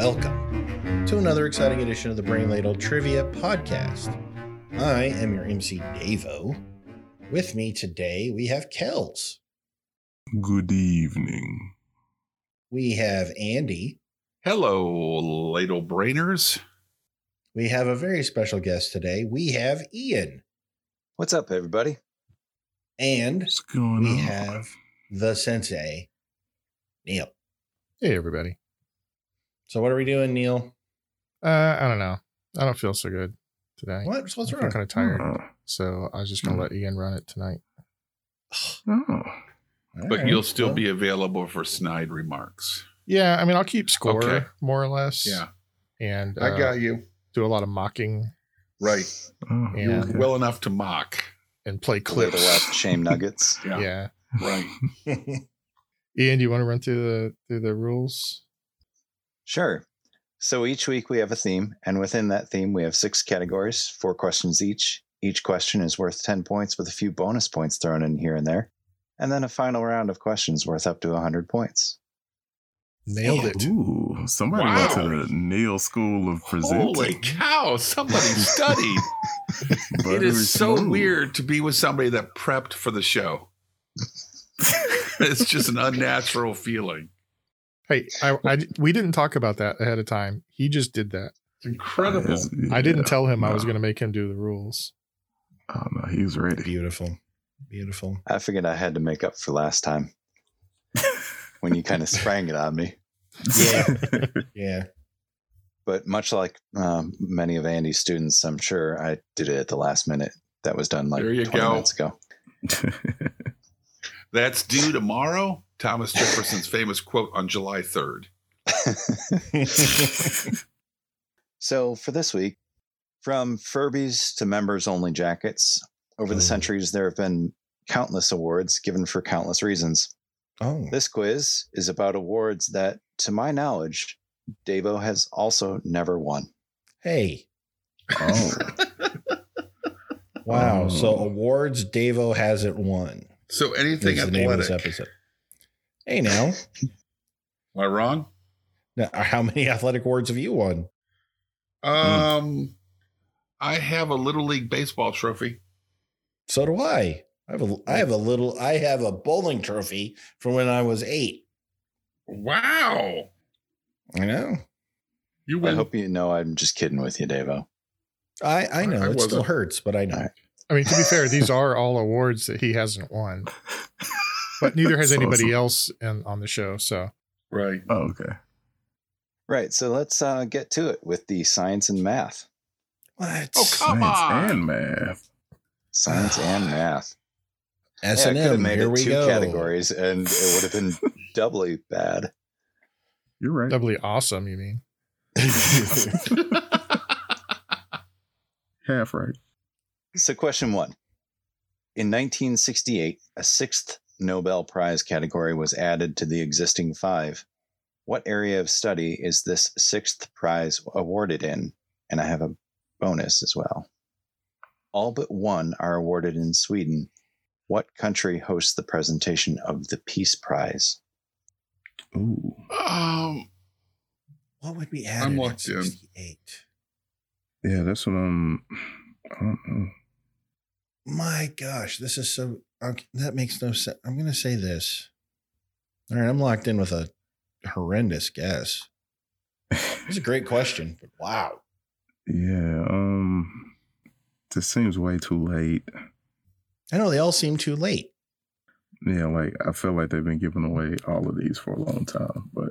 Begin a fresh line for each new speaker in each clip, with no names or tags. welcome to another exciting edition of the Brain Ladle Trivia Podcast. I am your MC Davo. With me today, we have Kells,
Good evening.
we have Andy,
Hello, ladle brainers.
we have a very special guest today. We have Ian
What's up, everybody?
and
What's going
We
on?
have- the sensei, Neil.
Hey, everybody.
So, what are we doing, Neil?
Uh, I don't know. I don't feel so good today.
What? What's
I'm
wrong?
kind of tired.
Oh,
So I was just going
Hmm.
to let Ian run it tonight.
oh.
All
But
right,
you'll still
well,
be available for snide remarks.
Yeah. I mean, I'll keep score
Okay.
more or less.
Yeah.
And uh,
I got you.
do a lot of mocking
Right.
oh,
Yeah.
okay.
Well enough to mock.
and play
Clip the
clips.
left shame nuggets.
Yeah.
Yeah.
Right.
Ian, do you want to run through the through the rules?
Sure. So each week we have a theme, and within that theme we have six categories, four questions each. Each question is worth 10 points with a few bonus points thrown in here and there, and then a final round of questions worth up to 100 points.
Nailed it.
Ooh, somebody went to
Wow.
the Neil School of Presenting.
Holy cow, somebody studied. it
Buttery
is so
smooth.
weird to be with somebody that prepped for the show. it's just an unnatural feeling.
Hey, I, I di- we didn't talk about that ahead of time. He just did that.
It's incredible.
It's-
I didn't
yeah.
tell him I was
no.
going to make him do the rules.
Oh no, he was ready.
beautiful, beautiful.
I figured I had to make up for last time when you kind of sprang it on me.
Yeah. Yeah.
But much like um, many of Andy's students, I'm sure I did it at the last minute. That was done like
There you
20
go.
minutes ago.
That's due tomorrow. Thomas Jefferson's famous quote on July 3rd.
So for this week, from Furbies to members only jackets, over
Oh.
the centuries, there have been countless awards given for countless reasons.
Oh,
This quiz is about awards that, to my knowledge, Davo has also never won.
hey.
oh,
Wow.
Um,
So
Oh.
awards Davo hasn't won.
So anything
Is the name of this
athletic.
episode. Hey now.
Am I wrong?
now, how many athletic awards have you won?
Um, I have a little league baseball trophy.
So do I. I have a I have a little I have a bowling trophy from when I was eight.
Wow,
I know.
you
I
win.
hope you know I'm just kidding with you, Davo.
I, I know
I
it still
wasn't.
hurts, but I know.
I mean, to be fair, these are all awards that he hasn't won, but neither has
That's
anybody
awesome.
else in, on the show. So
right.
Oh, okay.
Right, so let's uh, get to it with the science and math.
What?
Oh, come
Science
on.
and math.
Science and math.
S
I
and
could have
M.
made
Here
it
we
two
go.
categories, and it would have been doubly bad.
You're right.
doubly awesome, you mean?
Half right.
So, question one. In 1968, a sixth Nobel Prize category was added to the existing five. What area of study is this sixth prize awarded in? And I have a bonus as well. All but one are awarded in Sweden. What country hosts the presentation of the Peace Prize?
Ooh.
um,
What would we add? I'm
locked in.
Yeah, that's what I'm. I don't know.
My gosh, this is so. Okay, that makes no sense. I'm going to say this. All right, I'm locked in with a horrendous guess. It's a great question, but wow.
Yeah. Um. This seems way too late.
I know they all seem too late.
Yeah, like I feel like they've been giving away all of these for a long time. But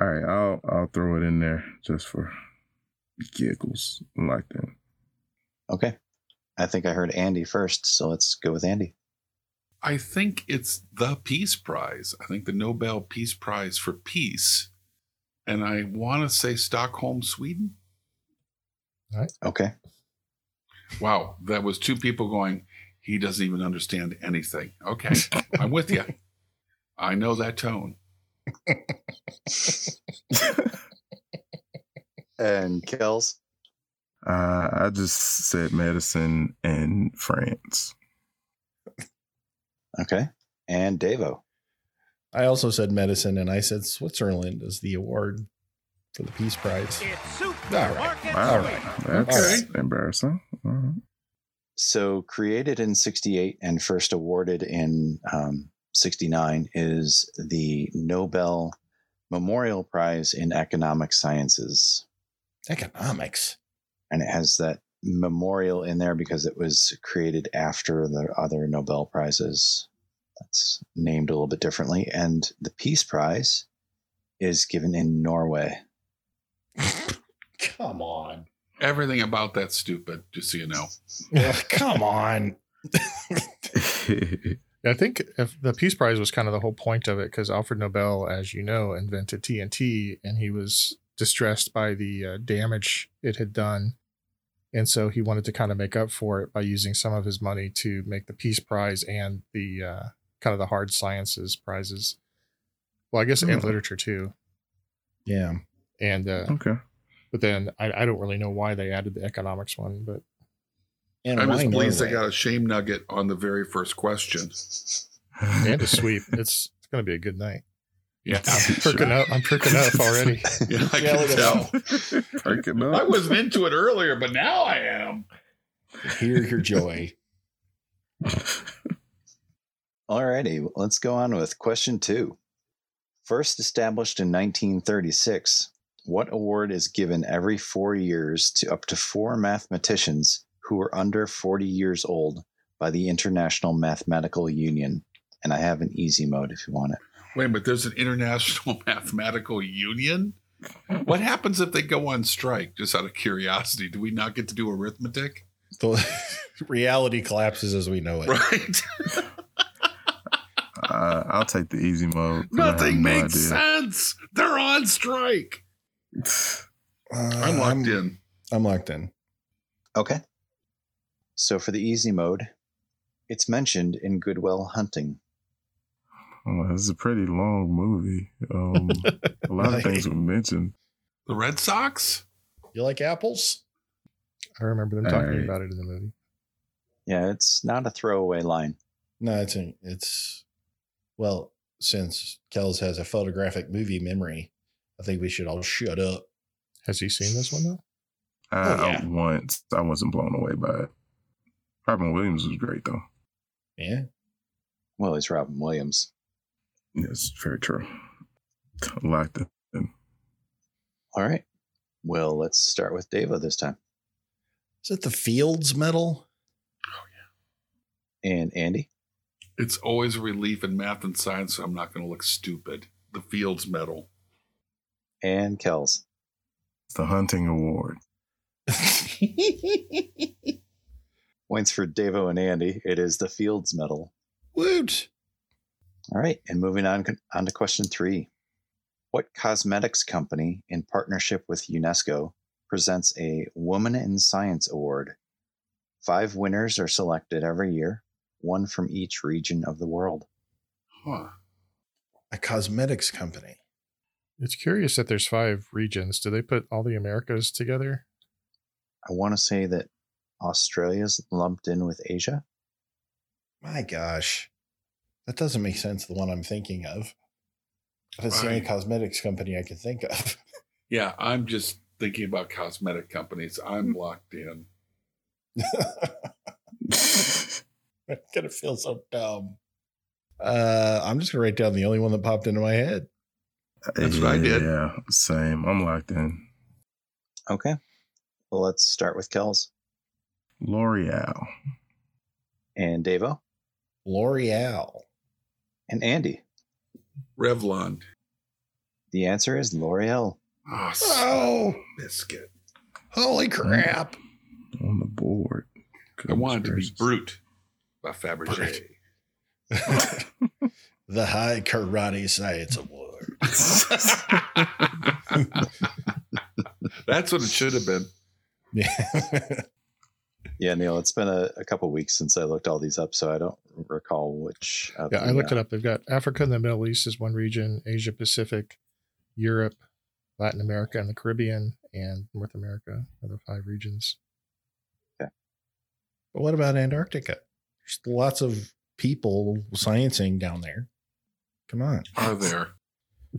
all right, I'll I'll throw it in there just for giggles. I'm Like that.
Okay. I think I heard Andy first, so let's go with Andy.
I think it's the Peace Prize. I think the Nobel Peace Prize for peace, and I want to say Stockholm, Sweden.
Okay.
Wow, that was two people going. He doesn't even understand anything. Okay, I'm with you. I know that tone.
And Kells?
Uh, I just said medicine and France.
Okay. And Davo?
I also said medicine, and I said Switzerland is the award.
for the Peace Prize.
All right.
Wow,
All right.
that's embarrassing. All right.
So, created in 68 and first awarded in um, 69 is the Nobel Memorial Prize in Economic Sciences.
Economics.
And it has that memorial in there because it was created after the other Nobel Prizes. That's named a little bit differently. And the Peace Prize is given in Norway.
Come on.
Everything about that's stupid, just so you know.
Ugh, come on.
I think if the Peace Prize was kind of the whole point of it because Alfred Nobel, as you know, invented TNT and he was distressed by the uh, damage it had done. And so he wanted to kind of make up for it by using some of his money to make the Peace Prize and the uh, kind of the hard sciences prizes. Well, I guess and
Hmm.
literature too.
Yeah.
And uh,
okay.
but then I, I don't really know why they added the economics one, but
And
I'm
why
just pleased they
Norway?
got a shame nugget on the very first question.
and a sweep. it's it's gonna be a good night.
Yeah,
I'm perking up. I'm perking up already.
yeah I
Yeah,
can
look at
tell.
Break it up.
I wasn't into it earlier, but now I am.
Hear your joy.
Alrighty, let's go on with question two. First established in 1936, what award is given every four years to up to four mathematicians who are under 40 years old by the International Mathematical Union? And I have an easy mode if you want it.
Wait, but there's an international mathematical union. What happens if they go on strike? Just out of curiosity, do we not get to do arithmetic?
The reality collapses as we know it.
Right?
Uh, I'll take the easy mode. 'cause I have
Nothing
no
makes
idea.
sense. They're on strike.
Uh,
I'm
I'm,
locked in.
I'm locked in.
Okay. So for the easy mode, it's mentioned in Goodwill Hunting.
Oh, this is a pretty long movie. Um, a lot of things were mentioned.
The Red Sox.
You like apples?
I remember them
All
talking
right.
about it in the movie.
Yeah, it's not a throwaway line.
No, it's a, it's well, since Kells has a photographic movie memory, I think we should all shut up.
Has he seen this one though?
I,
Oh, yeah.
I once I wasn't blown away by it. Robin Williams was great though.
Yeah.
Well, it's Robin Williams.
Yes, very true. Locked it.
All right. Well, let's start with Deva this time.
Is it the Fields medal?
And Andy,
It's always a relief in math and science. So I'm not going to look stupid. The Fields Medal.
and Kells,
The Hunting Award.
points for Devo and Andy. It is the Fields Medal.
Woot.
All right, and moving on on to question three: What cosmetics company, in partnership with UNESCO, presents a Woman in Science Award? Five winners are selected every year, one from each region of the world.
Huh.
A cosmetics company.
It's curious that there's five regions. Do they put all the Americas together?
I want to say that Australia's lumped in with Asia.
My gosh. That doesn't make sense, the one I'm thinking of. That's the only
Right.
cosmetics company I can think of.
Yeah, I'm just thinking about cosmetic companies. I'm locked in.
I'm gonna feel so dumb. Uh, I'm just gonna write down the only one that popped into my head.
That's what I did.
Yeah, same. I'm locked in.
Okay, well, let's start with Kells.
L'Oreal.
and Devo
L'Oreal.
and Andy.
Revlon.
The answer is L'Oreal.
Oh, son
Oh,
of a biscuit.
holy crap!
On the board.
I wanted to be
Goodness
Brute by Fabergé.
Brute. the High Karate Science Award.
That's what it should have been.
Yeah.
Yeah, Neil, it's been a, a couple weeks since I looked all these up, so I don't recall which. Of uh
Yeah, I looked
at
it up. They've got Africa and the Middle East is one region, Asia Pacific, Europe, Latin America, and the Caribbean, and North America are the five regions.
but what about Antarctica? There's lots of people sciencing down there. Come on.
Are there?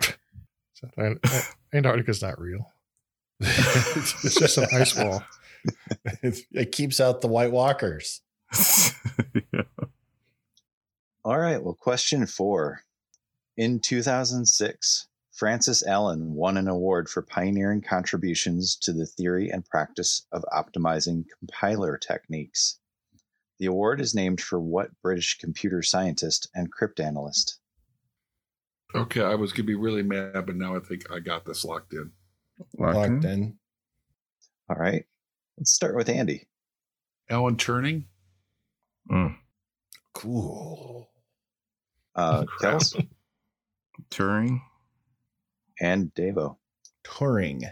So, and- and Antarctica's not real. It's just an ice wall.
it keeps out the White Walkers.
yeah.
All right. Well, question four. In 2006, Francis Allen won an award for pioneering contributions to the theory and practice of optimizing compiler techniques. The award is named for what British computer scientist and cryptanalyst?
Okay, I was gonna be really mad, but now I think I got this locked in.
Locked,
Locked
in.
in.
All right. Let's start with Andy.
Alan Turing.
Mm.
Cool.
Uh,
Crap.
Kels
Turing.
and Devo.
Touring.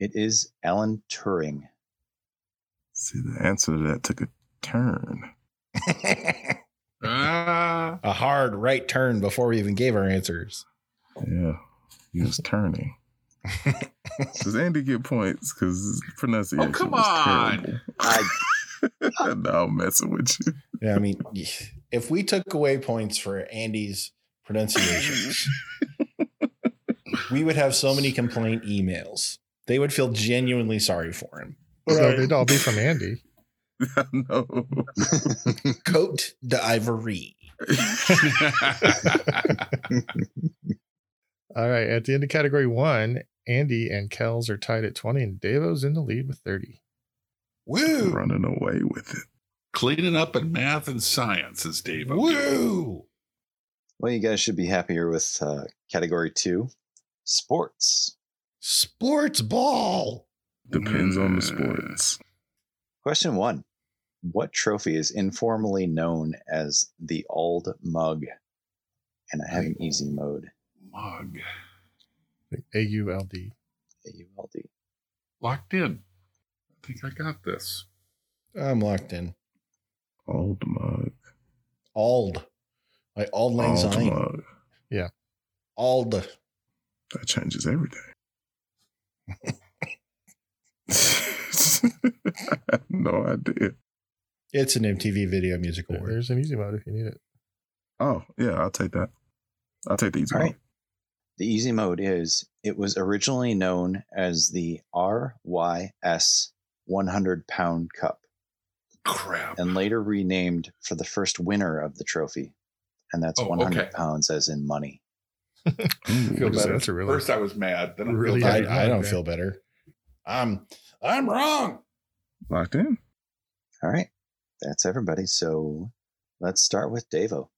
It is Alan Turing.
See, the answer to that took a turn.
a
Ah,
hard right turn before we even gave our answers.
Yeah, he was turning. Does Andy get points? Because pronunciation.
Oh, come
was
on.
terrible.
I-
no, I'm messing with you.
Yeah, I mean, if we took away points for Andy's pronunciations, we would have so many complaint emails. They would feel genuinely sorry for him.
So it'd all be from Andy.
I know.
Cote d'Ivory.
All right. At the end of category one, Andy and Kells are tied at 20, and Davo's in the lead with 30.
Woo!
Running away with it.
cleaning up in math and science is Dave.
Woo!
well, you guys should be happier with uh, category two sports.
Sports ball.
Depends on the
Mm.
sports.
Question one What trophy is informally known as the Ald Mug? And I have an easy mode,
Mug
A U L D.
A U L D.
locked in. I think I got this.
I'm locked in.
Old mug.
Ald. Like Auld Lang
Old
Syne.
mug.
Ald.
That changes everything. no idea.
It's an MTV Video Music Award.
There's an easy mode if you need it.
Oh, yeah, I'll take that. I'll take the easy
All
one.
right. The easy mode is it was originally known as the RYS 100 pound cup
Crap.
and later renamed for the first winner of the trophy. And that's
Oh,
100
okay.
pounds as in money.
Ooh,
Feel
what is
better.
that?
That's a really.
First, I was mad. Then I
Really?
really.
Yeah,
I,
you're
I
not
don't
bad.
feel better. I'm I'm wrong.
Locked in.
All right. That's everybody. So let's start with Davo.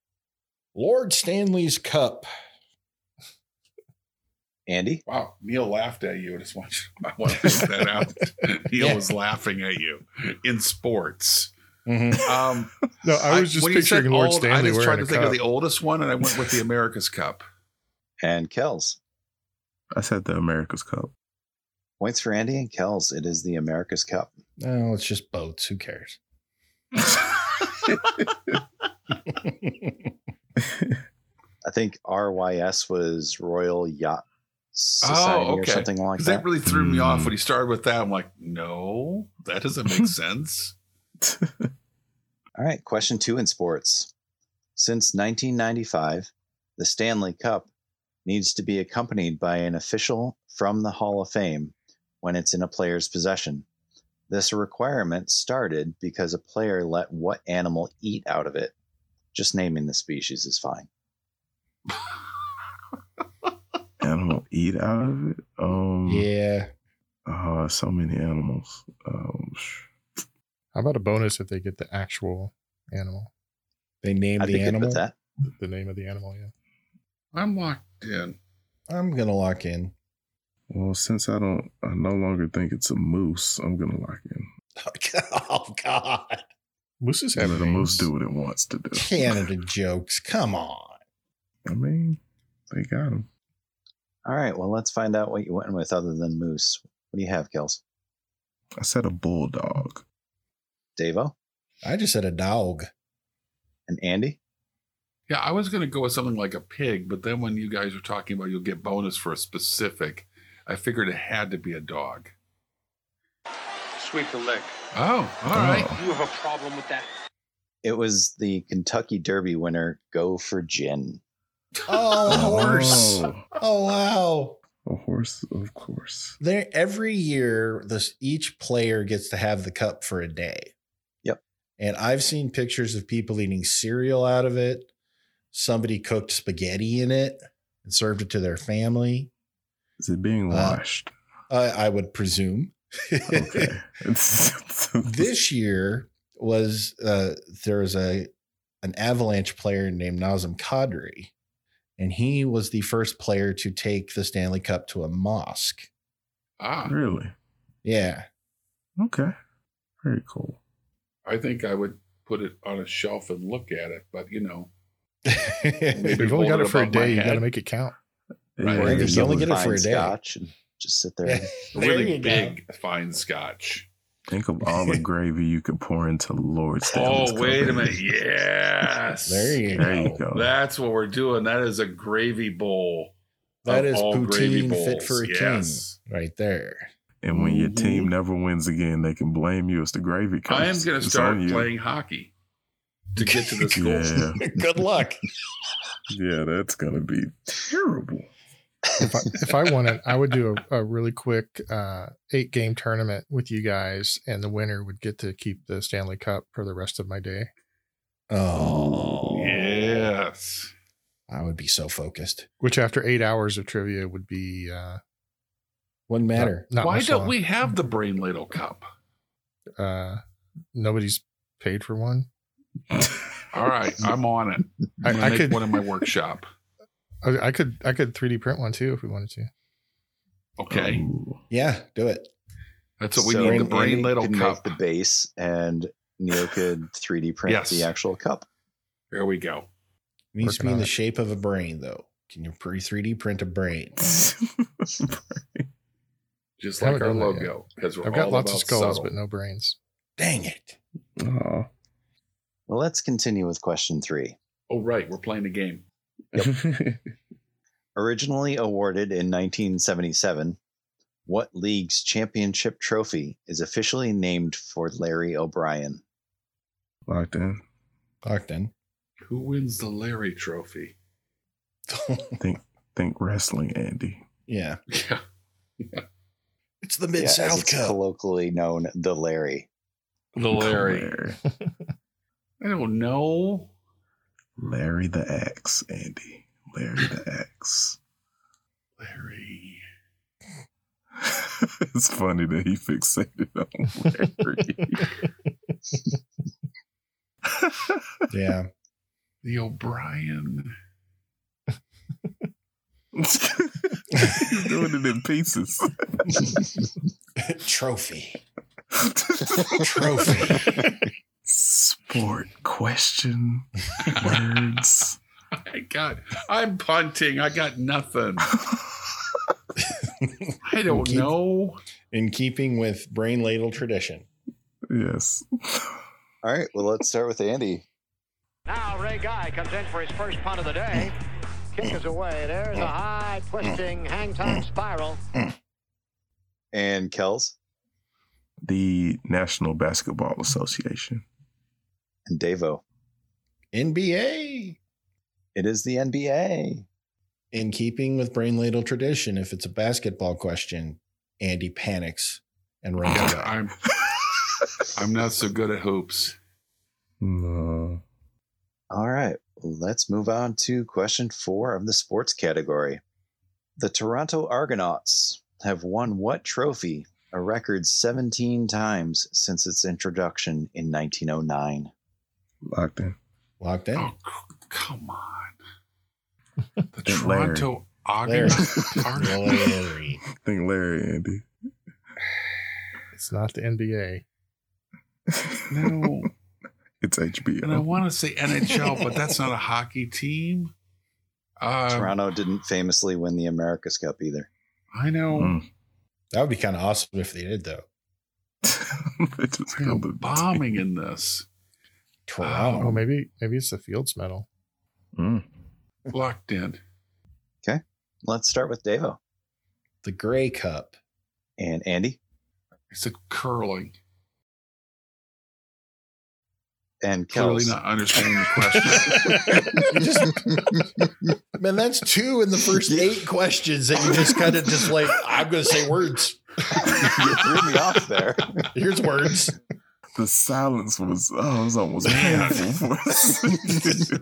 Lord Stanley's Cup.
Andy,
Wow, Neil laughed at you. I just want you, I want to point that out. Neil
Yeah.
was laughing at you in sports.
Mhm.
Um,
no, I was just
when you said
picturing Lord
old,
Stanley
I just tried
wearing
to
a
think
cup.
of the oldest one, and I went with the America's Cup.
and Kells.
I said the America's Cup.
Points for Andy and Kells. It is the America's Cup.
No, it's just boats. Who cares?
I think RYS was Royal Yacht Society or
okay.
something like
'Cause
that.
that really threw me
Mm.
off when he started with that. I'm like, no, that doesn't make sense.
All right, question two in sports. Since 1995, the Stanley Cup needs to be accompanied by an official from the Hall of Fame when it's in a player's possession. This requirement started because a player let what animal eat out of it? Just naming the species is fine.
Animal eat out of it. Um,
Mm. Yeah.
Oh, so many animals. Um, sh-
How about a bonus if they get the actual animal,
They named
I'd be
the
good
animal.
with that.
the name of the animal? Yeah.
I'm locked in.
I'm gonna lock in.
well, since I don't, I no longer think it's a moose. I'm gonna lock in.
Oh God.
Mooses
Yeah,
have
the moose
names.
do what it wants to do.
Canada jokes. Come on.
I mean, they got him.
All right, well, let's find out what you went with other than moose. What do you have, Kels?
I said a bulldog.
Davo
I just said a dog.
and Andy?
Yeah, I was going to go with something like a pig, but then when you guys were talking about you'll get bonus for a specific, I figured it had to be a dog.
Sweep the leg.
Oh, all right.
You have a problem with that?
It was the Kentucky Derby winner, Go for Gin.
Oh, a horse.
Oh,
Oh, wow.
a horse, of course.
There, every year, this each player gets to have the cup for a day.
Yep.
And I've seen pictures of people eating cereal out of it. Somebody cooked spaghetti in it and served it to their family.
Is it being
Uh,
washed?
Uh, I would presume.
Okay.
this year was uh, there was a an Avalanche player named Nazem Kadri, and he was the first player to take the Stanley Cup to a mosque.
Ah,
really
Yeah,
okay. Very cool.
I think I would put it on a shelf and look at it, but you know,
If
Maybe
you've
hold
only got it
it
for a
above my
day. You got to
head.
make it count.
Yeah,
Right.
yeah,
You only get it for a
Fine
day.
Scotch and just sit there.
really big fine scotch.
Think of all the gravy you could pour into Lord Stanley's
oh,
cup,
wait a
man.
minute. Yes.
There you
There
go.
you go.
That's what we're doing. That is a gravy bowl.
That
of
is
all gravy
poutine fit
bowls.
for a
Yes.
king, right there.
And when your
Mhm.
team never wins again, they can blame you. It's the gravy. Comes.
I am going to
It's
start
on you.
playing hockey to get to this goal.
Yeah,
Good luck.
yeah, that's gonna be terrible.
if I, if I won it, I would do a, a really quick uh, eight game tournament with you guys, and the winner would get to keep the Stanley Cup for the rest of my day.
Oh,
Yes.
I would be so focused.
Which, after eight hours of trivia, would be uh,
Wouldn't
not-
matter.
Not,
Why
much
don't
long.
we have the Brain Ladle Cup?
Uh, nobody's paid for one.
All right, I'm on it.
I-
I'm gonna
I
make
could-
one in my workshop.
I, I could I could 3D print one too if we wanted to.
Okay,
Ooh.
Yeah, do it.
that's what we
So
need. The
Andy
Brain
Amy
Ladle
can
Cup.
make the base, and Neo could 3D print
Yes.
the actual cup.
There we go.
it needs to be
Working
in
on
the
it.
shape of a brain, though. Can you pre 3D print a brain?
Just like
Haven't
our
done that
logo, because we're
I've got
all
lots of
about
skulls,
subtle.
but no brains.
Dang it.
Aw.
Well, let's continue with question three.
Oh right, we're playing the game.
Originally awarded in 1977, what league's championship trophy is officially named for Larry O'Brien?
Locked in.
Lockton.
Who wins the Larry Trophy?
Think wrestling, Andy.
yeah.
Yeah,
It's the
Yeah,
Mid
as
South
it's
Cup.
colloquially known the Larry.
the Larry. I don't know.
Larry the Axe, Andy. Larry the Axe.
Larry.
it's funny that he fixated on Larry.
Yeah.
The O'Brien.
He's doing it in pieces.
Trophy. Trophy.
Sport question words.
I got. I'm punting. I got nothing. I don't
Keep-
know.
in keeping with brain ladle tradition.
yes.
All right, well, let's start with Andy.
Now Ray Guy comes in for his first punt of the day. Kick is away. There's a high twisting hang time spiral.
And Kells
The National Basketball Association.
and Davo.
NBA.
It is the NBA.
In keeping with brain ladle tradition, if it's a basketball question, Andy panics and runs
Yeah,
away.
I'm. I'm not so good at hoops.
No.
All right, let's move on to question four of the sports category. The Toronto Argonauts have won what trophy? A record 17 times since its introduction in 1909.
Locked in.
Locked in.
Oh, c- come on. The
Then Larry.
Toronto
Larry.
Argonauts. Argonauts.
Larry.
Think Larry, Andy.
It's not the NBA.
No.
It's HBO.
And I want to say NHL, but that's not a hockey team. Uh,
Toronto didn't famously win the America's Cup either.
I know.
Mm.
That would be kind of awesome if they did, though.
They just
They are
killed it.
bombing in this.
Toronto.
Oh, maybe maybe it's the Fields Medal.
Mm.
Locked in.
Let's start with Davo
The Grey Cup.
and Andy
It's a curling.
and
Clearly
Kells.
not understanding the question.
Man, that's two in the first eight questions that you just kind of just like, I'm going to say words.
you threw me off there.
Here's words.
The silence was oh, it was almost
Man.
painful. for us.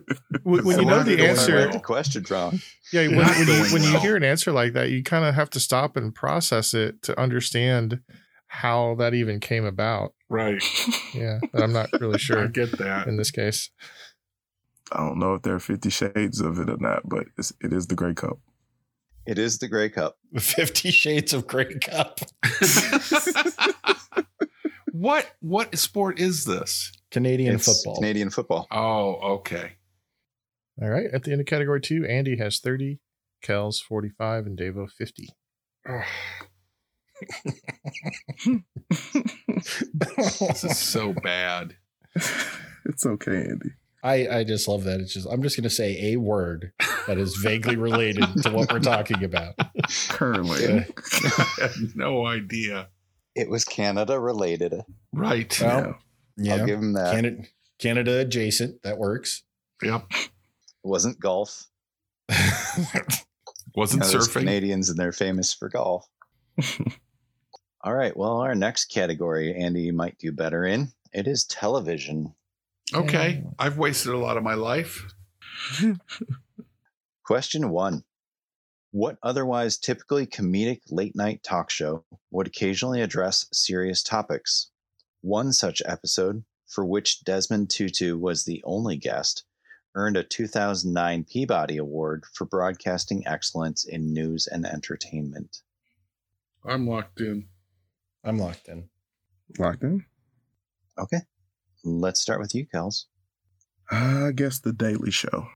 When, when you
So
know
I'm
the
going
I
answer,
read the question wrong.
yeah, when,
Not
when you
going
when you
well.
hear an answer like that, you kind of have to stop and process it to understand how that even came about.
right.
Yeah, and I'm not really
I
sure
get that.
in this case.
I don't know if there are Fifty Shades of it or not, but it's, it is the Grey Cup.
It is the Grey Cup.
Fifty Shades of Grey Cup.
what what sport is this?
Canadian
It's
football.
Canadian football.
Oh, okay.
All right, at the end of category two, Andy has 30, Kells 45, and Davo 50.
This is so bad.
It's okay, Andy.
I, I just love that. It's just, I'm just going to say a word that is vaguely related to what we're talking about.
Curling.
I had no idea.
It was Canada related.
Right.
Uh,
Well,
Yeah.
I'll
Yeah.
give him that.
Canada, Canada adjacent. That works.
Yep.
It wasn't golf.
Wasn't
You know, there's
surfing.
Canadians and they're famous for golf. All right. Well, our next category, Andy, you might do better in. It is television.
Okay. I've wasted a lot of my life.
Question one What otherwise typically comedic late night talk show would occasionally address serious topics? One such episode, for which Desmond Tutu was the only guest, earned a 2009 Peabody Award for Broadcasting Excellence in News and Entertainment.
I'm locked in.
I'm locked in.
Locked in.
Okay, let's start with you, Kels.
I guess the Daily Show.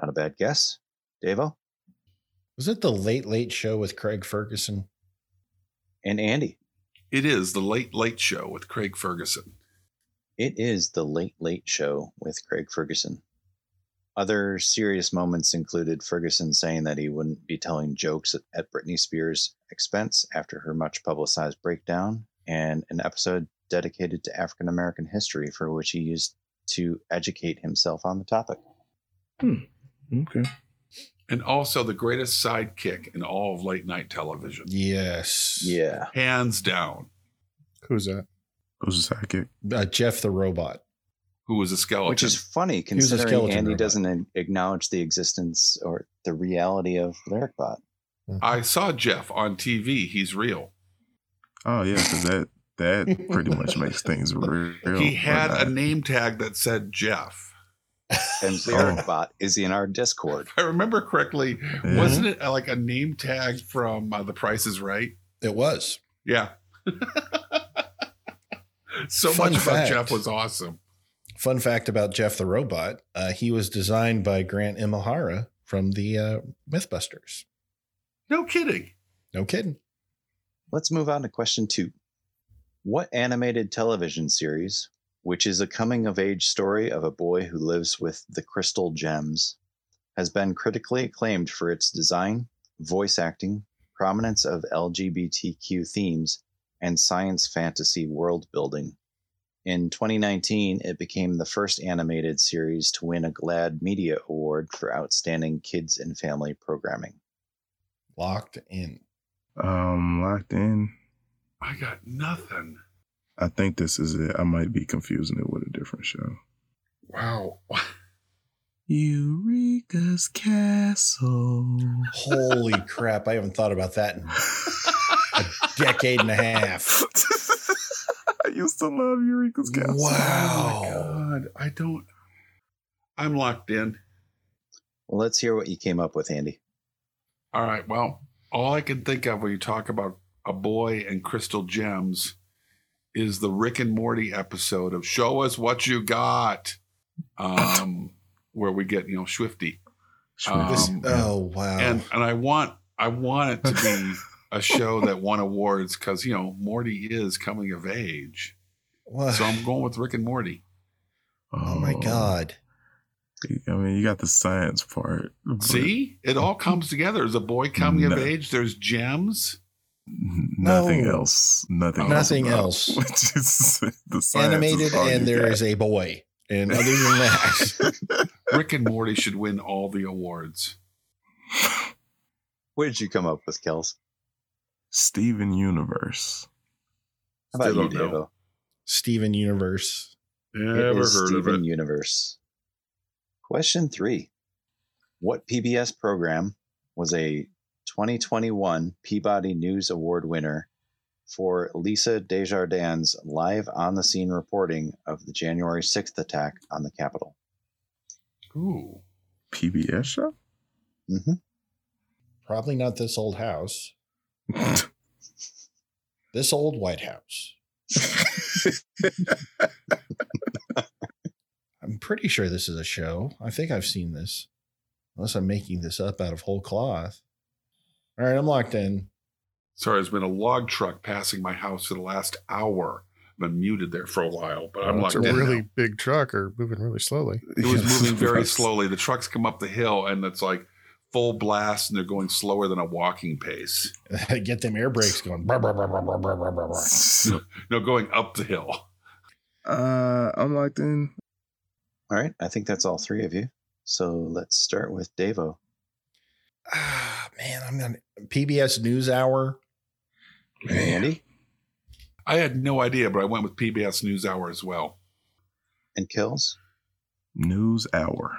Not a bad guess. Davo
Was it the Late Late Show with Craig Ferguson?
and Andy.
It is the Late Late Show with Craig Ferguson.
It is the Late Late Show with Craig Ferguson. Other serious moments included Ferguson saying that he wouldn't be telling jokes at, at Britney Spears' expense after her much publicized breakdown, and an episode dedicated to African American history for which he used to educate himself on the topic.
Okay.
And also the greatest sidekick in all of late night television.
Yes.
Yeah.
Hands down.
Who's that?
Who's the sidekick?
Uh, Jeff the Robot.
Who was a skeleton.
Which is funny
was a
considering
skeleton
Andy
robot.
doesn't a- acknowledge the existence or the reality of LyricBot.
I saw Jeff on TV. He's real.
Oh yeah, because that that pretty much makes things real.
He had
Like,
a name tag that said Jeff.
And LyricBot is in our Discord.
If I remember correctly,
yeah.
wasn't it uh, like a name tag from uh, The Price is Right?
It was.
Yeah. so
Fun
much about
fact.
Jeff was awesome.
Fun fact about Jeff the Robot uh, he was designed by Grant Imahara from the uh, Mythbusters.
No kidding.
No kidding.
Let's move on to question two. What animated television series, which is a coming of age story of a boy who lives with the crystal gems, has been critically acclaimed for its design, voice acting, prominence of LGBTQ themes, and science fantasy world building? In 2019, it became the first animated series to win a GLAAD Media Award for Outstanding Kids and Family Programming.
Locked in.
um locked in.
I got nothing.
I think this is it. I might be confusing it with a different show.
Wow.
Eureka's Castle.
Holy crap. I haven't thought about that in a decade and a half.
I used to love Eureka's Castle.
Wow.
Oh God, I don't. I'm locked in.
Well, let's hear what you came up with, Andy.
All right. Well, all I can think of when you talk about a boy and crystal gems is the Rick and Morty episode of "Show Us What You Got," um, where we get you know Swifty,
Sweet.
This,
Um,
oh, wow.
and and I want I want it to be a show that won awards because you know Morty is coming of age,
Wow.
so I'm going with Rick and Morty.
oh, my God.
Um, I mean, you got the science part. but
See, it all comes together. There's a boy coming
No.
of age. There's gems.
Nothing
No.
else. Nothing.
Nothing
about-
else.
Which is the science is
Animated,
all
and
you
there
got.
is a boy. And other than that,
Rick and Morty should win all the awards.
What did you come up with, Kels?
Steven Universe.
How about
Still
you,
don't know.
Davo?
Steven Universe.
It is Steven Universe. Question three What PBS program was a 2021 Peabody News Award winner for Lisa Desjardins' live on the scene reporting of the January 6th attack on the Capitol?
Ooh.
PBS show?
hmm
Probably not this old house. This old White House. I'm pretty sure this is a show. I think I've seen this. Unless I'm making this up out of whole cloth. All right, I'm locked in.
Sorry, there's been a log truck passing my house for the last hour. I've been muted there for a while, but I'm
Oh,
locked
it's
It's
in.
a
now.
really big truck or moving really slowly.
It was moving very slowly. The trucks come up the hill and it's like full blast and they're going slower than a walking pace.
Get them air brakes going. Brr, brr, brr, brr, brr, brr, brr, brr, brr.
No, going up the hill.
Uh, I'm locked in.
All right. I think that's all three of you. So let's start with Davo.
Ah, man, I'm not PBS News Hour.
Andy
I had no idea, but I went with PBS NewsHour as well.
and Kels.
News Hour.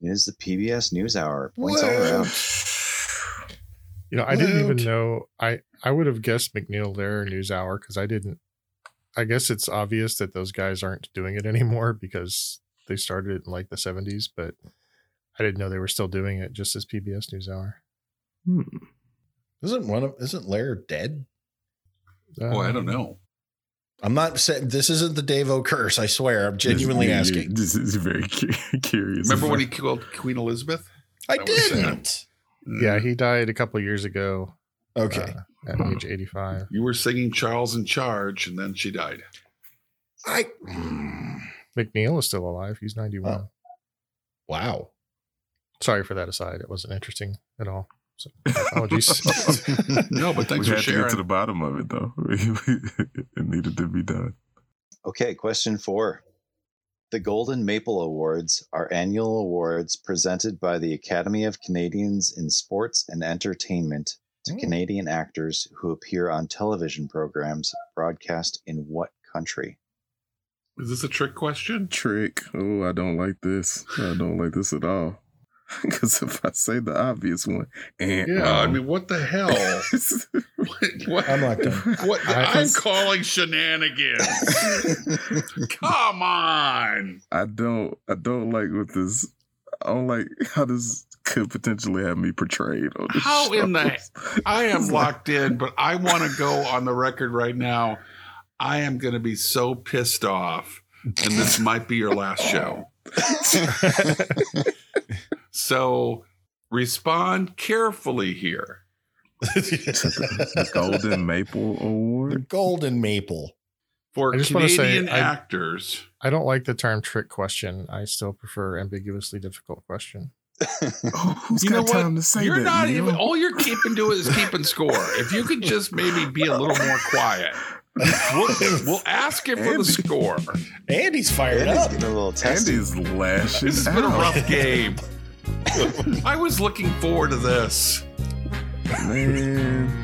It is the PBS NewsHour. Points all around.
You know, I didn't even
Woot.
know. I I would have guessed McNeil Lair Newshour because I didn't. I guess it's obvious that those guys aren't doing it anymore because they started it in like the seventies, but I didn't know they were still doing it just as PBS NewsHour.
Hmm.
Isn't one of isn't Lair dead?
Uh,
Oh, I don't know.
Uh,
I'm not saying this isn't the Davo curse. I swear. I'm genuinely
This-
asking.
This is very cu- curious.
Remember when he killed Queen Elizabeth?
I
that was sad.
didn't.
Yeah, he died a couple years ago.
Okay.
uh, at age eighty-five.
You were singing Charles in Charge and then she died.
I. Mm.
McNeil is still alive. He's ninety-one.
Wow.
Sorry for that aside. It wasn't interesting at all. So, apologies.
No, but
we
thanks for
had to
sharing.
get to the bottom of it, though. it needed to be done.
Okay, question four. The Golden Maple Awards are annual awards presented by the Academy of Canadians in Sports and Entertainment to
Hmm.
Canadian actors who appear on television programs broadcast in what country?
Is this a trick question?
Trick. Oh, I don't like this. I don't like this at all. Because if I say the obvious one, eh, and
Yeah, I mean, what the hell? What- what-
I'm locked in.
What
I-
I'm calling shenanigans. Come on.
I don't I don't like what this I don't like how this could potentially have me portrayed on this
How in the-
shows.
I am
It's like-
locked in, but I want to go on the record right now. I am going to be so pissed off, and this might be your last show. So respond carefully here.
the Golden Maple
the
Award.
golden maple.
For
I just wanna say,
Canadian
I-
actors,
I don't like the term trick question. I still prefer ambiguously difficult question.
Oh, who's
You know
got
what?
time to say
you're
that?
not
Neil?
even. All you're keeping doing is keeping score. If you could just maybe be a little more quiet, we'll, we'll ask him for the
Andy.
score.
Andy's fired
Andy's
up.
getting a little testy.
Andy's lashing
This has
out.
been a rough game. I was looking forward to this.
Man.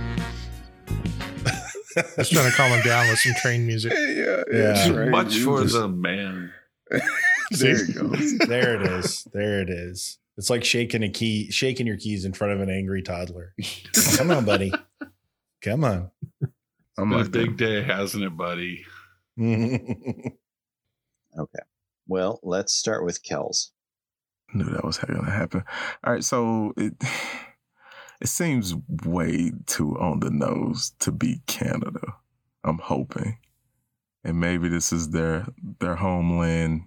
Just trying to calm him down with some train music.
Yeah,
Yeah.
right.
Much
You
for
just-
the man.
There it goes.
There it is. There it is. It's like shaking a key, shaking your keys in front of an angry toddler. Come on, buddy. Come on.
I'm
Been a
like,
big day, hasn't it, buddy?
Well, let's start with Kells.
knew that was going to happen. All right, so it it seems way too on the nose to be Canada. I'm hoping, and maybe this is their their homeland,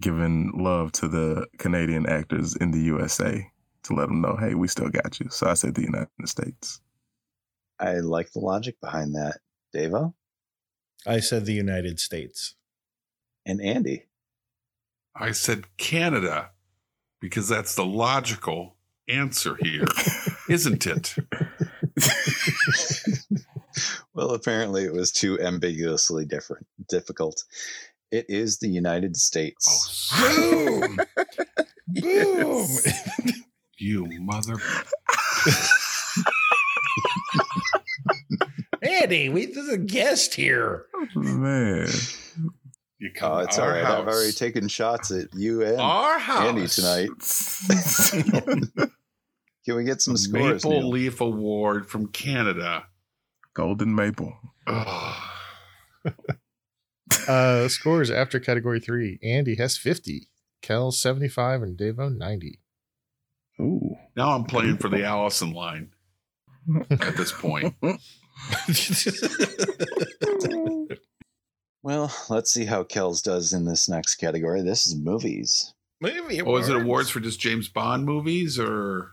giving love to the Canadian actors in the USA to let them know, hey, we still got you. So I said the United States.
I like the logic behind that. Davo
I said the United States.
and Andy.
I said Canada because that's the logical answer here, isn't it?
well, apparently it was too ambiguously different, difficult. It is the United States.
Oh,
Boom! Boom!
Yes.
you mother.
Andy, we there's a guest here.
Man.
You come Oh,
Oh,
to
it's
our
all right. I've
house.
already taken shots at you and
our house.
Andy tonight. Can we get some scores?
Maple
Neil?
Leaf Award from Canada.
Golden Maple.
Ugh.
Uh, scores after category three Andy has 50, Kel 75, and Devo 90.
Ooh.
Now I'm playing for the Allison line at this point.
Well, let's see how Kells does in this next category. This is movies.
Movie
Oh, is it awards for just James Bond movies or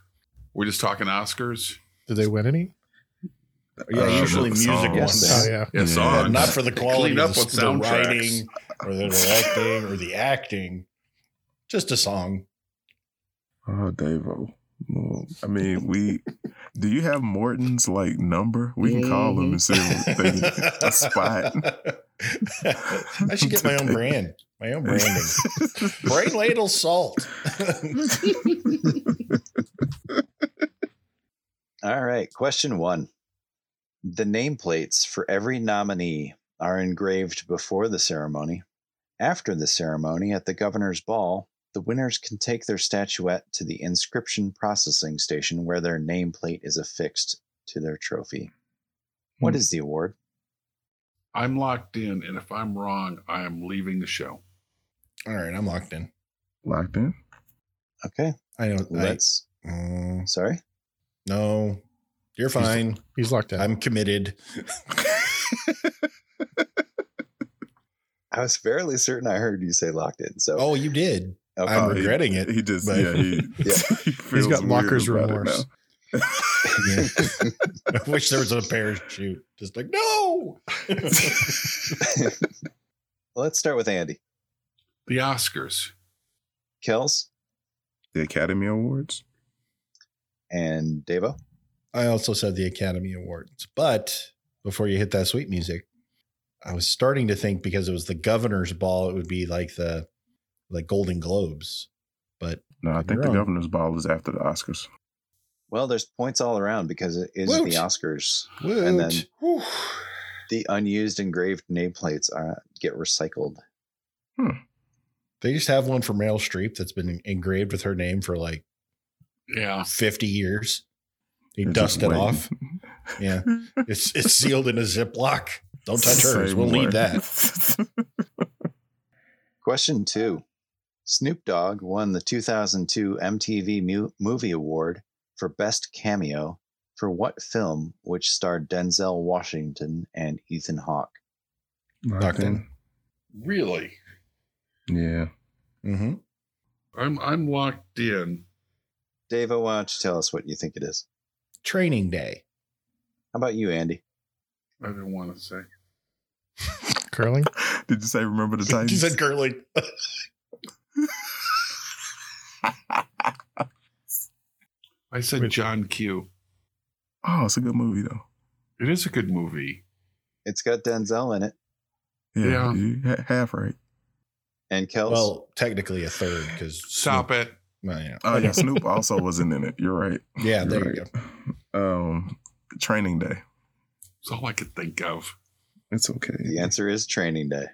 we're just talking Oscars?
Did they win any?
Yeah,
Uh,
usually
the
music
songs.
ones.
Yes.
Oh, yeah.
Yeah,
Yeah.
But
songs.
And
not for the quality
Clean up
of the,
with
the
soundtracks.
writing or the directing or the acting. Just a song.
Oh, Davo. Well, I mean, we do you have Morton's like number? We can call him and see if they can a spot.
I should get my own brand, my own branding. Brain ladle salt.
All right. Question one The nameplates for every nominee are engraved before the ceremony. After the ceremony at the governor's ball, the winners can take their statuette to the inscription processing station where their nameplate is affixed to their trophy. What
Hmm.
is the award?
I'm locked in, and if I'm wrong, I am leaving the show.
All right, I'm locked in.
Locked in.
Okay.
I don't. I,
Let's.
Mm,
Sorry.
no, you're fine.
He's locked in.
I'm committed.
I was fairly certain I heard you say locked in. So,
Oh, you did.
okay.
I'm
Oh, he-
regretting it.
He just
but-
yeah. He,
Yeah.
he
He's
feels
got
weird
locker's
about it
remorse.
Yeah. I wish there was a parachute. Just like no.
let's start with Andy.
The Oscars.
Kells
The Academy Awards.
and Devo.
I also said the Academy Awards, but before you hit that sweet music, I was starting to think because it was the governor's ball, it would be like the like Golden Globes, but
No, I
Could be
think the
wrong.
Governor's Ball is after the Oscars.
Well, there's points all around because it is
Woot.
the Oscars.
woot.
And then- The unused engraved nameplates are, get recycled.
they just have one for Meryl Streep that's been engraved with her name for like
Yeah.
50 years. He
They're
dust
just
it
waiting.
off. Yeah. It's it's sealed in a Ziploc. Don't touch hers.
Say
We'll
more.
need that.
Question two Snoop Dogg won the 2002 MTV Mu- Movie Award for Best Cameo for what film, which starred Denzel Washington and Ethan Hawke?
Locked in.
Really?
Yeah.
hmm
I'm I'm locked in.
Davo, why don't you tell us what you think it is?
Training day.
How about you, Andy?
I didn't want to say.
Curling?
Did you say remember the
She
Titans?
said curling.
I said
Which-
John Q.
oh, it's a good movie though.
It is a good movie.
It's got Denzel in it.
Yeah,
Yeah.
You, ha- half right.
And Kels.
Well, technically a third because
Stop it.
Well, yeah.
Oh yeah, Snoop also wasn't in it. You're right.
Yeah, there
You're
you
right. Um, Training Day.
It's all I could think of.
It's okay.
the answer is Training Day.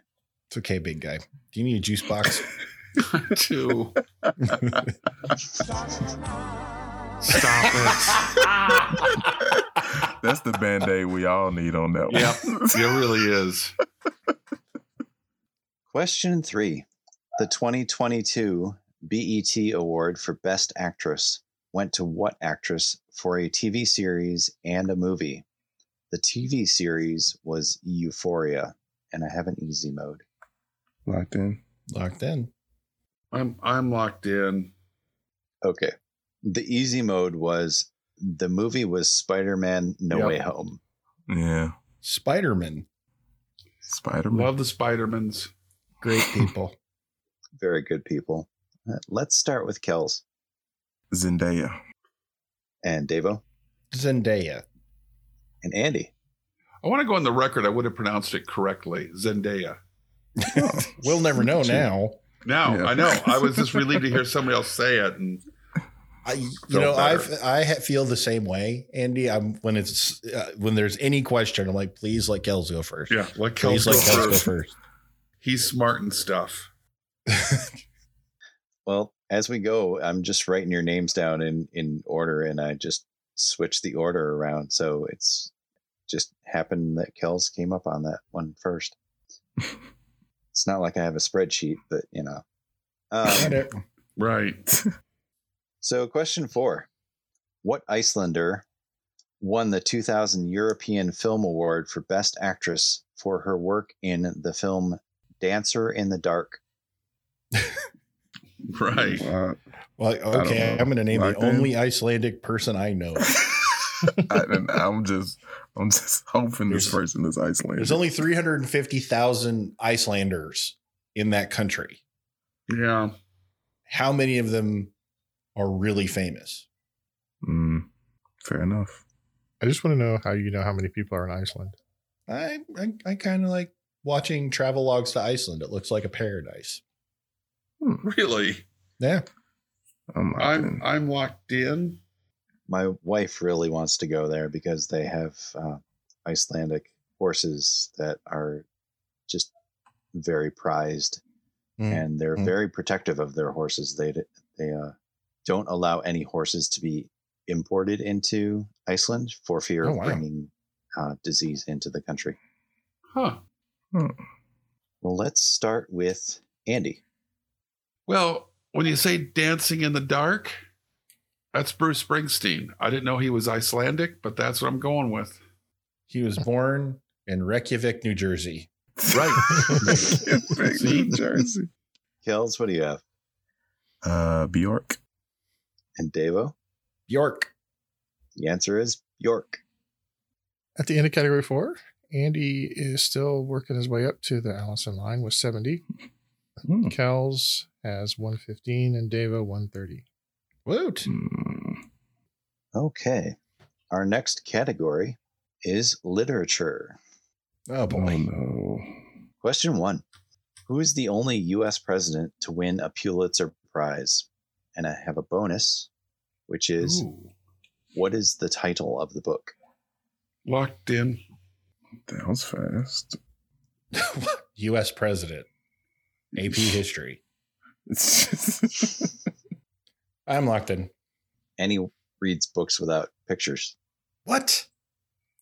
It's okay, big guy. Do you need a juice box?
Two. Stop
That's the band aid we all need on that
it. yep. It really is.
Question three The 2022 BET E Award for Best Actress went to what actress for a TV series and a movie? The TV series was Euphoria, and I have an easy mode.
one. Locked in.
Locked in.
I'm I'm locked in.
Okay. The easy mode was the movie was Spider Man No
Yep.
Way Home.
Yeah.
Spider Man.
Spider Man.
Love the Spidermans.
Great people.
Very good people. Uh, Let's start with Kells
Zendaya.
and Devo
Zendaya.
and Andy.
I want to go on the record. I would have pronounced it correctly. Zendaya.
We'll never know now.
Now
Yeah.
I know. I was just relieved to hear somebody else say it, and
I, you
Felt
know, I
better.
I ha- feel the same way, Andy. I'm when it's uh, when there's any question, I'm like, please let Kels go first.
yeah, like
please
Kels
let
go
Kels go
first.
first.
He's smart and stuff.
Well, as we go, I'm just writing your names down in in order, and I just switch the order around. So it's just happened that Kells came up on that one first. it's not like I have a spreadsheet, but you know. Um,
Right.
so, question four: What Icelander won the 2000 European Film Award for Best Actress for her work in the film Dancer in the Dark?
Right.
Uh,
Well, okay,
know.
I'm going to name
Locked
the only Icelandic person I know.
I, and I'm just, I'm just hoping
There's-
this person is Icelandic.
There's only 350,000 Icelanders in that country.
Yeah.
How many of them are really famous?
Mm, fair enough.
I just want to know how you know how many people are in Iceland.
I I, I kind of like watching travel logs to Iceland. It looks like a paradise.
Really.
Yeah,
I'm,
I'm I'm locked in.
my wife really wants to go there because they have uh, Icelandic horses that are just very prized,
Mm.
and they're
Mm.
very protective of their horses. They d- they uh, don't allow any horses to be imported into Iceland for fear
Oh,
of
wow.
bringing uh, disease into the country.
Huh.
Well, let's start with Andy.
Well, when you say dancing in the dark, that's Bruce Springsteen. I didn't know he was Icelandic, but that's what I'm going with.
he was born in Reykjavik, New Jersey.
Right. See?
New Jersey.
Kells, what do you have?
Uh, Bjork.
And Devo,
York.
the answer is York.
At the end of category four, Andy is still working his way up to the Allison line with 70.
Hmm.
Mm.
Kells has 115 and Deva 130.
Woot.
Mm.
Okay, our next category is literature.
Oh
Oh
boy.
no.
Question one Who is the only U.S. president to win a Pulitzer Prize? And I have a bonus, which is
Ooh.
what is the title of the book?
Locked in.
That was fast.
U.S. president. AP history.
It's just-
I'm locked in.
And he reads books without pictures.
What?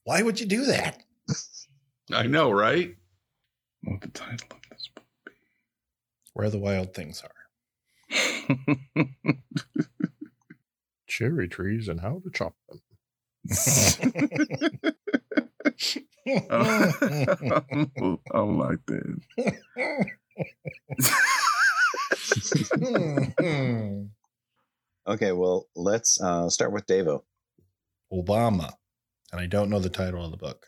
Why would you do that?
I know, right?
what the title of this
Where the wild things are.
book?
Cherry trees and how to chop them.
Oh.
I'm, I'm locked in.
Hmm.
Okay, well, let's uh, start with Devo.
Obama. And I don't know the title of the book.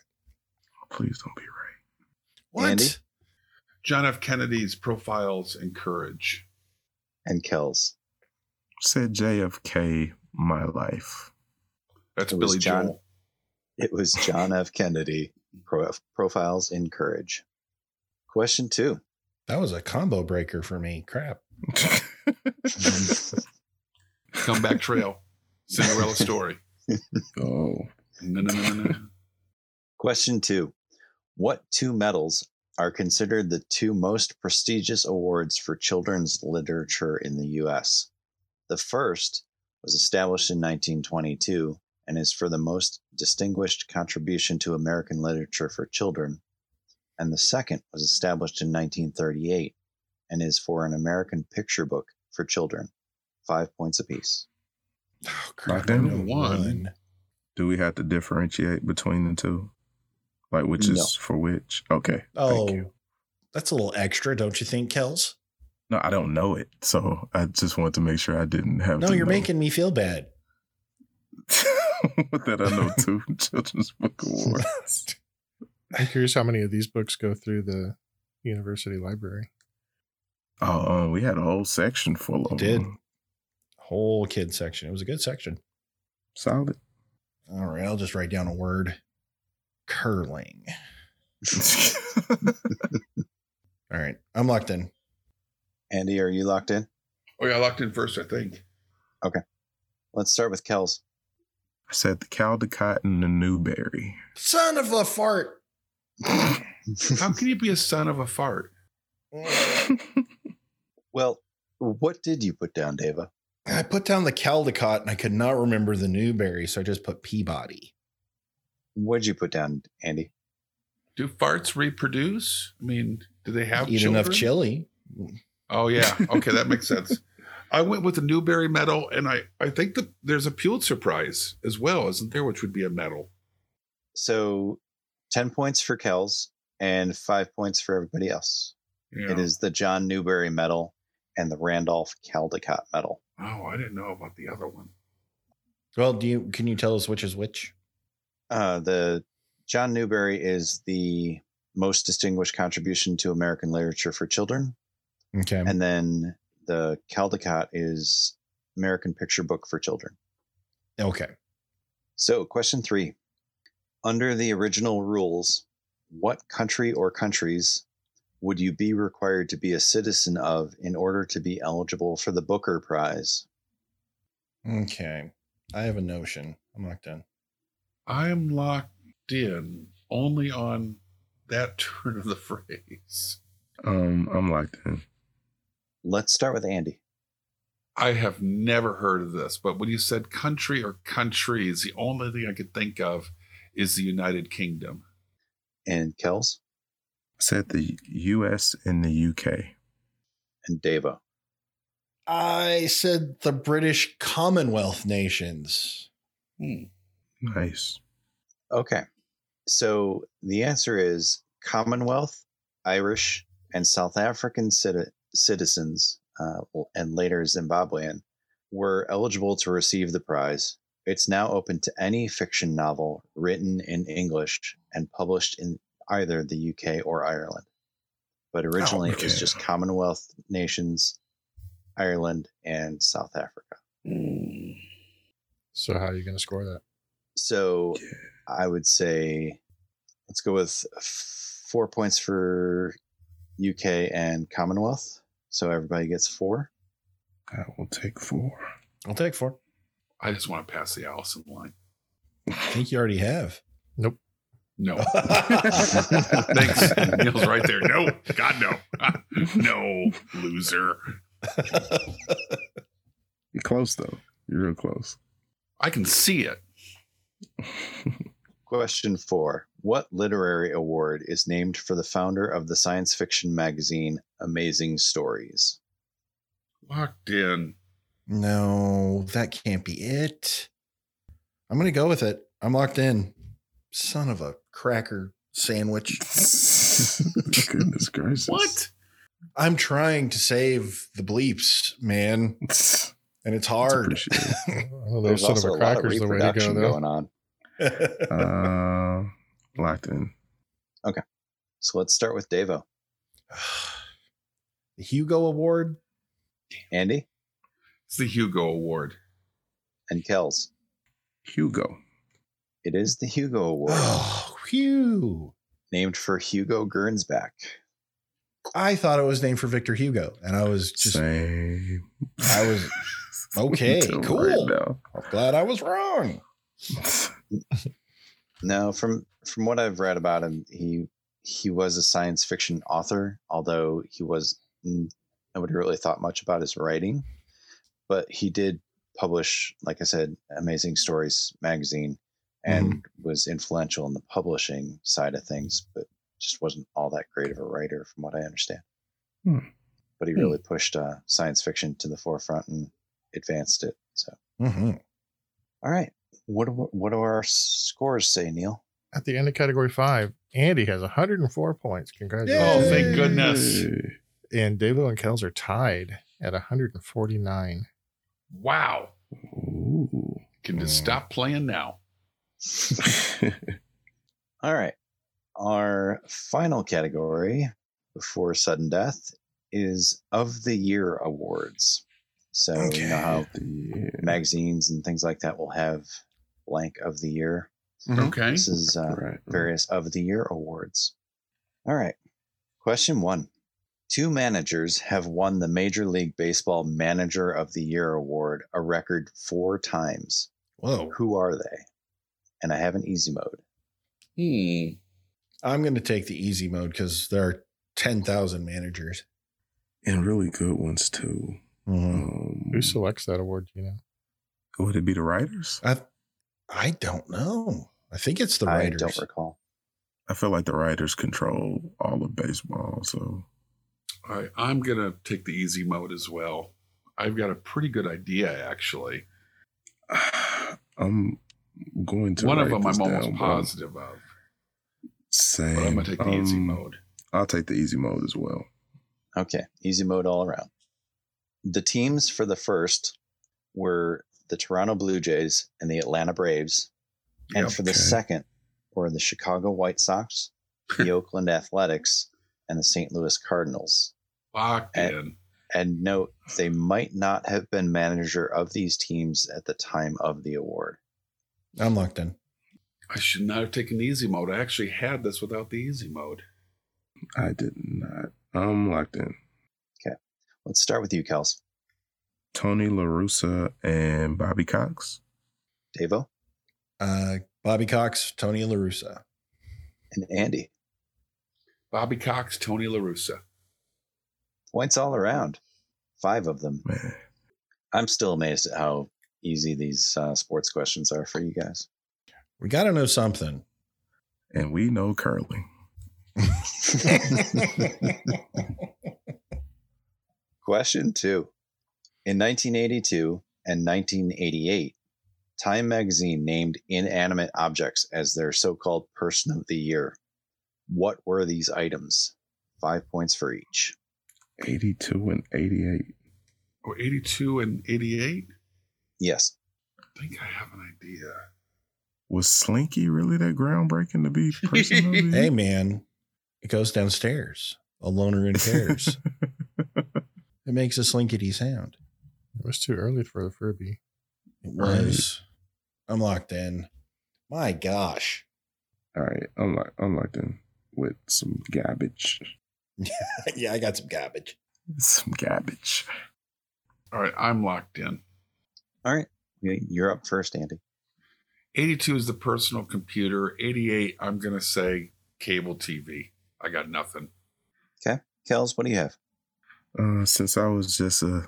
Please don't be right.
What?
Andy?
John F. Kennedy's profiles and courage.
And Kells.
Said JFK, my life.
That's
It was
Billy
John-
Joel.
It was John F. Kennedy, Pro- Profiles in Courage. Question two.
That was a combo breaker for me. Crap.
Comeback Trail. Cinderella story.
oh,
No, no, no, no, no.
Question two What two medals are considered the two most prestigious awards for children's literature in the U.S.? The first was established in 1922 and is for the most distinguished contribution to American literature for children. And the second was established in 1938 and is for an American picture book for children, five points apiece.
Oh,
Locked in.
I know
One.
do we have to differentiate between the two? Like which is for which? Okay. thank you.
Oh, that's a little extra, don't you think, Kels?
No, I don't know it, so I just wanted to make sure I didn't have.
No,
to
you're
know.
making me feel bad.
that I know two children's book awards.
I'm curious how many of these books go through the university library.
Oh, uh, we had a whole section full of
Did.
them.
Whole kid section. It was a good section.
solid.
All right, I'll just write down a word. Curling. All right. I'm locked in.
Andy, are you locked in?
Oh yeah, I locked in first, I think.
Let's start with Kells.
I said the Caldecott and the Newberry.
Son of a fart.
How can you be a son of a fart?
well, what did you put down, Deva?
I put down the Caldecott and I could not remember the Newberry, so I just put Peabody.
What'd you put down, Andy?
Do farts reproduce? I mean, do they have
Eat
children?
enough chili.
Oh yeah. Okay, that makes sense. I went with the Newberry medal, and I I think that there's a Pulitzer Prize as well, isn't there? Which would be a medal.
So 10 points for Kells and five points for everybody else.
Yeah.
It is the John Newberry medal and the Randolph Caldecott medal.
Oh, I didn't know about the other one.
Well, do you can you tell us which is which?
Uh, the John Newberry is the most distinguished contribution to American literature for children.
Okay.
And then the Caldecott is American picture book for children.
okay.
So, question three. Under the original rules, what country or countries would you be required to be a citizen of in order to be eligible for the Booker Prize?
Okay. I have a notion. I'm locked in.
I'm locked in only on that turn of the phrase.
Um, I'm locked in.
Let's start with Andy.
I have never heard of this, but when you said country or countries, the only thing I could think of is the United Kingdom.
And Kells
I said the U.S. and the U.K.
and Devo.
I said the British Commonwealth nations.
Nice.
Okay. So the answer is Commonwealth, Irish, and South African citi- citizens, uh, and later Zimbabwean, were eligible to receive the prize. It's now open to any fiction novel written in English and published in either the UK or Ireland. But originally it was
okay.
just Commonwealth nations, Ireland, and South Africa.
So how are you going to score that?
So
Yeah.
I would say let's go with f- four points for UK and Commonwealth. So everybody gets four.
I will take four.
I'll take four.
I just want to pass the Allison line.
I think you already have.
No. Thanks.
Thanks.
Neil's right there. No. God, no. no, loser.
You're close though. You're real close.
I can see it.
Question four What literary award is named for the founder of the science fiction magazine Amazing Stories?
Locked in.
No, that can't be it. I'm going to go with it. I'm locked in. Son of a cracker sandwich.
Goodness gracious!
What?
I'm trying to save the bleeps, man,
It's
and it's hard.
appreciated.
Well,
There's
those son of
also a
a
lot of
crackers the way to go
reproduction
though.
going on.
Uh, locked in.
So let's start with Devo.
the Hugo Award.
Andy
It's the Hugo Award.
and Kells.
Hugo.
It is the Hugo Award,
Oh, phew.
named for Hugo Gernsback.
I thought it was named for Victor Hugo, and I was just
Same.
I was- okay,
Until
cool.
now.
glad I was wrong.
No, from from what I've read about him, he he was a science fiction author, although he was mm, nobody really thought much about his writing. But he did publish, like I said, Amazing Stories magazine, and
Mm-hmm.
was influential in the publishing side of things, but just wasn't all that great of a writer, from what I understand.
Hmm.
But he
Hmm.
really pushed uh, science fiction to the forefront and advanced it. So,
hmm
all right, what do, what do our scores say, Neil?
At the end of category five, Andy has 104 points.
Oh,
Congratulations.
thank goodness.
Yay.
And Davo and Kells are tied at 149.
Wow.
Ooh.
Can just stop playing now.
All right. Our final category before sudden death is of the year awards. So you know how
Yeah.
magazines and things like that will have blank of the year.
Mm-hmm.
Mhm.
Okay.
This is uh,
Right.
various of the year awards. All right. Question one Two managers have won the Major League Baseball Manager of the Year award a record four times.
Whoa.
Who are they? And I have an easy mode.
Hmm.
I'm going to take the easy mode because there are 10,000 managers. Mm-hmm.
And really good ones too. Um,
Who selects that award? do You know,
would it be the writers?
I, I don't know. I think it's the
I
writers.
don't recall.
I feel like the writers control all of baseball. So
All right, I'm gonna take the easy mode as well. I've got a pretty good idea actually.
I'm going to
One of
write
them
this
I'm
down,
almost
but I'm
positive of,
Same.
but I'm gonna take the easy
Um,
mode.
I'll take the easy mode as well.
Okay, easy mode all around. The teams for the first were the Toronto Blue Jays and the Atlanta Braves. And
Yep.
for the
okay.
second were the Chicago White Sox, the Oakland Athletics, and the St. Louis Cardinals.
um,
Locked
at-
in.
And note, they might not have been manager of these teams at the time of the award.
I'm locked in.
I should not have taken the easy mode. I actually had this without the easy mode.
I did not. I'm locked in.
Let's start with you, Kels.
Tony LaRussa and Bobby Cox.
Davo
Uh, Bobby Cox, Tony LaRussa.
and Andy.
Bobby Cox, Tony LaRussa.
Points all around. Five of them.
Man,
I'm still amazed at how easy these uh, sports questions are for you guys.
We got to know something.
and we know curling.
Question two. In 1982 and 1988, Time magazine named inanimate objects as their so called person of the year. What were these items? Five points for each.
82 and 88.
Oh, 82 and 88?
Yes.
I think I have an idea.
Was Slinky really that groundbreaking to be person? of the
hey,
year?
man, it goes downstairs. A loner in tears. it makes a slinkety sound.
it was too early for the Furby.
It was. I'm locked in. My gosh.
All right, I'm like I'm locked in with some garbage.
yeah, I got some garbage.
Some garbage.
All right, I'm locked in.
All right. Y- You're up first, Andy.
82 is the personal computer. 88, I'm going to say cable TV. I got nothing.
Kels, what do you have?
Uh, since I was just a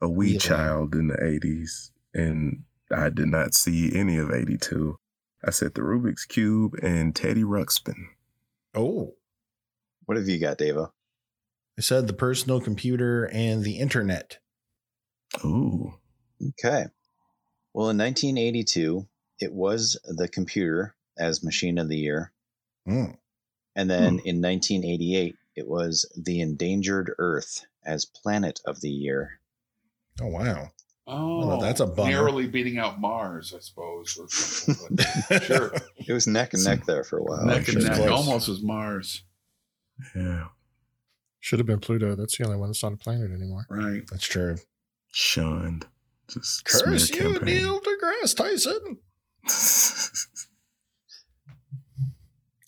a wee
Really?
child in the '80s, and I did not see any of '82, I said the Rubik's Cube and Teddy Ruxpin.
Oh,
What have you got, Davo?
I said the personal computer and the internet.
Ooh,
Okay. Well, in 1982, it was the computer as machine of the year.
Mm.
And
Hmm.
then in 1988, it was The Endangered Earth as Planet of the Year.
Oh, wow.
Oh,
Well, that's a bummer.
Narrowly beating out Mars, I suppose. Or something. But sure.
It was neck and neck there for a while.
neck
shit.
and neck.
Close.
Almost as Mars.
yeah,
Should have been Pluto. That's the only one that's not a planet anymore.
Right.
That's true.
shunned. Just
Curse
smear
you,
campaign.
Neil deGrasse Tyson.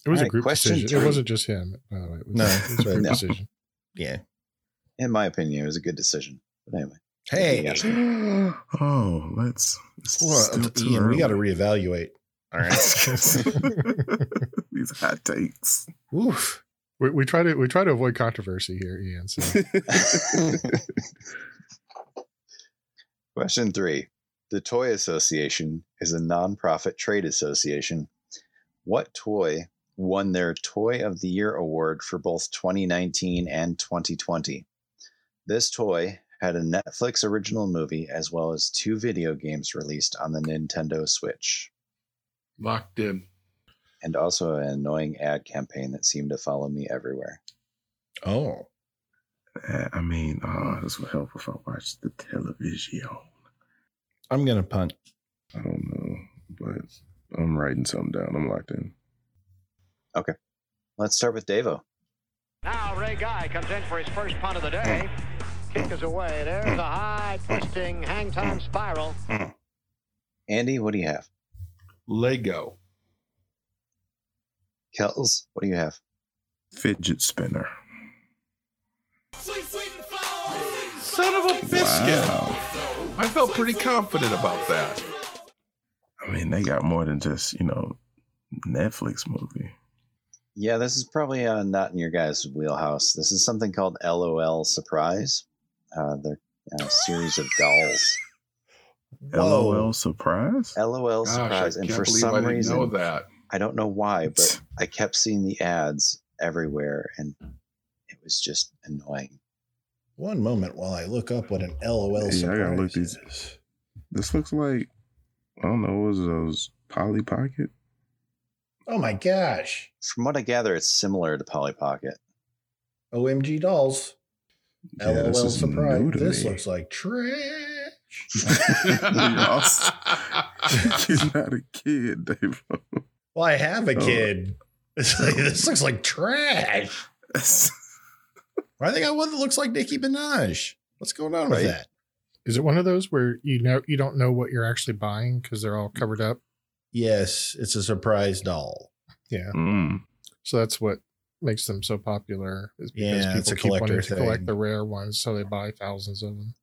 It was
All
a
right,
group
question
decision.
three.
It wasn't just him, by the way. It was,
No,
it was a
but-
group
No.
decision.
Yeah.
In my opinion, it was a good decision. But anyway,
Hey,
oh, let's. it's still
well,
too
Ian, we
early.
got to reevaluate. All right.
These hot takes.
Oof.
We, we try to we try to avoid controversy here, Ian. So
question three The Toy Association is a nonprofit trade association. What toy won their Toy of the Year award for both 2019 and 2020? This toy had a Netflix original movie as well as two video games released on the Nintendo Switch.
Locked in.
and also an annoying ad campaign that seemed to follow me everywhere.
Oh,
Uh, I mean, oh, this would help if I watched the television.
I'm going to punt.
I don't know, but I'm writing something down. I'm locked in.
Let's start with Davo.
Now Ray Guy comes in for his first punt of the day. Kick is away. There's a high twisting hang time spiral.
Andy, what do you have?
Lego.
Kells, what do you have?
Fidget spinner.
Son of a biscuit. I felt pretty confident about that.
I mean, they got more than just, you know, Netflix movie.
Yeah, this is probably uh, not in your guys' wheelhouse. This is something called LOL Surprise. Uh, they're uh, a series of dolls.
LOL surprise?
LOL
Gosh,
Surprise.
I
And
can't
for
believe
some
I didn't
reason,
know that.
I don't know why, but I kept seeing the ads everywhere and it was just annoying.
One moment while I look up what an LOL
Yeah, I
surprise
gotta look these-
is.
This looks like I don't know, what was those Polly Pocket?
Oh my gosh.
From what I gather, it's similar to Polly Pocket.
OMG dolls.
Yeah,
LOL
is
surprise.
new to
This
me.
looks like trash.
Lost. You're not a kid, Dave.
Well, I have a
Oh.
kid. It's like, this looks like trash. I think I want that looks like Nicki Minaj. What's going on with
Right.
that?
Is it one of those where you know you don't know what you're actually buying because they're all covered up?
Yes, it's a surprise doll.
Yeah.
Mm.
So that's what makes them so popular. Is
Yeah, it's a collector
to collect
thing.
the rare ones, so they buy thousands of them.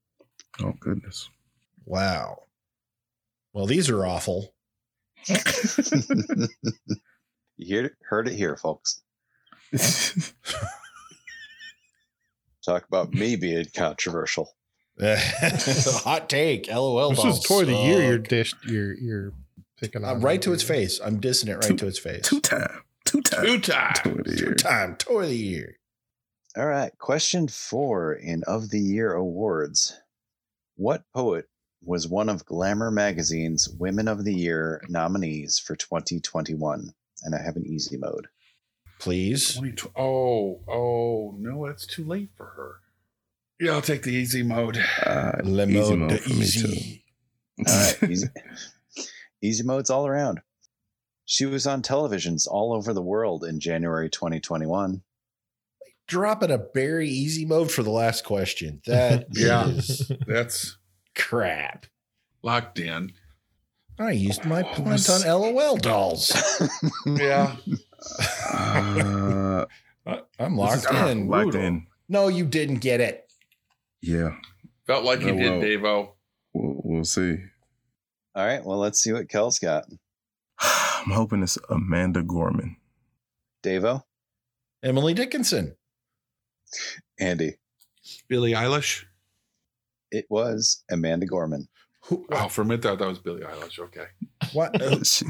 Oh goodness.
Wow. Well, these are awful.
you hear, heard it here, folks. Talk about me being controversial.
Hot take. LOL.
this
dolls
is toy of the year. You're
suck.
dish. You're you're picking
Uh,
on
right to its face. I'm dissing it right
Two-
to its face.
Two time. Two time.
Two times.
Two
Two time toy of the year.
All right. Question four in Of the Year awards. What poet was one of Glamour magazine's Women of the Year nominees for 2021? And I have an easy mode.
Please.
Oh, oh, no, that's too late for her. Yeah, I'll take the easy mode.
Uh,
Le
easy
mode
mode
de
for me,
easy.
All right, easy, easy modes all around. She was on televisions all over the world in January 2021.
Dropping a very easy mode for the last question. That is
Yeah. That's
crap.
locked in.
I used my
Oh,
point
this-
on LOL dolls.
Yeah.
Uh,
I'm
this is-
locked
ah,
in.
Locked in.
No, you didn't get it.
Yeah.
Felt like you
Oh,
did,
wow.
Davo.
We'll, we'll see.
All right, well, let's see what Kel's got.
I'm hoping it's Amanda Gorman.
Davo,
Emily Dickinson.
Andy,
Billie Eilish?
it was Amanda Gorman.
Who,
Oh, for a minute, I thought that was Billie Eilish. Okay.
what?
Oh.
uh,
She,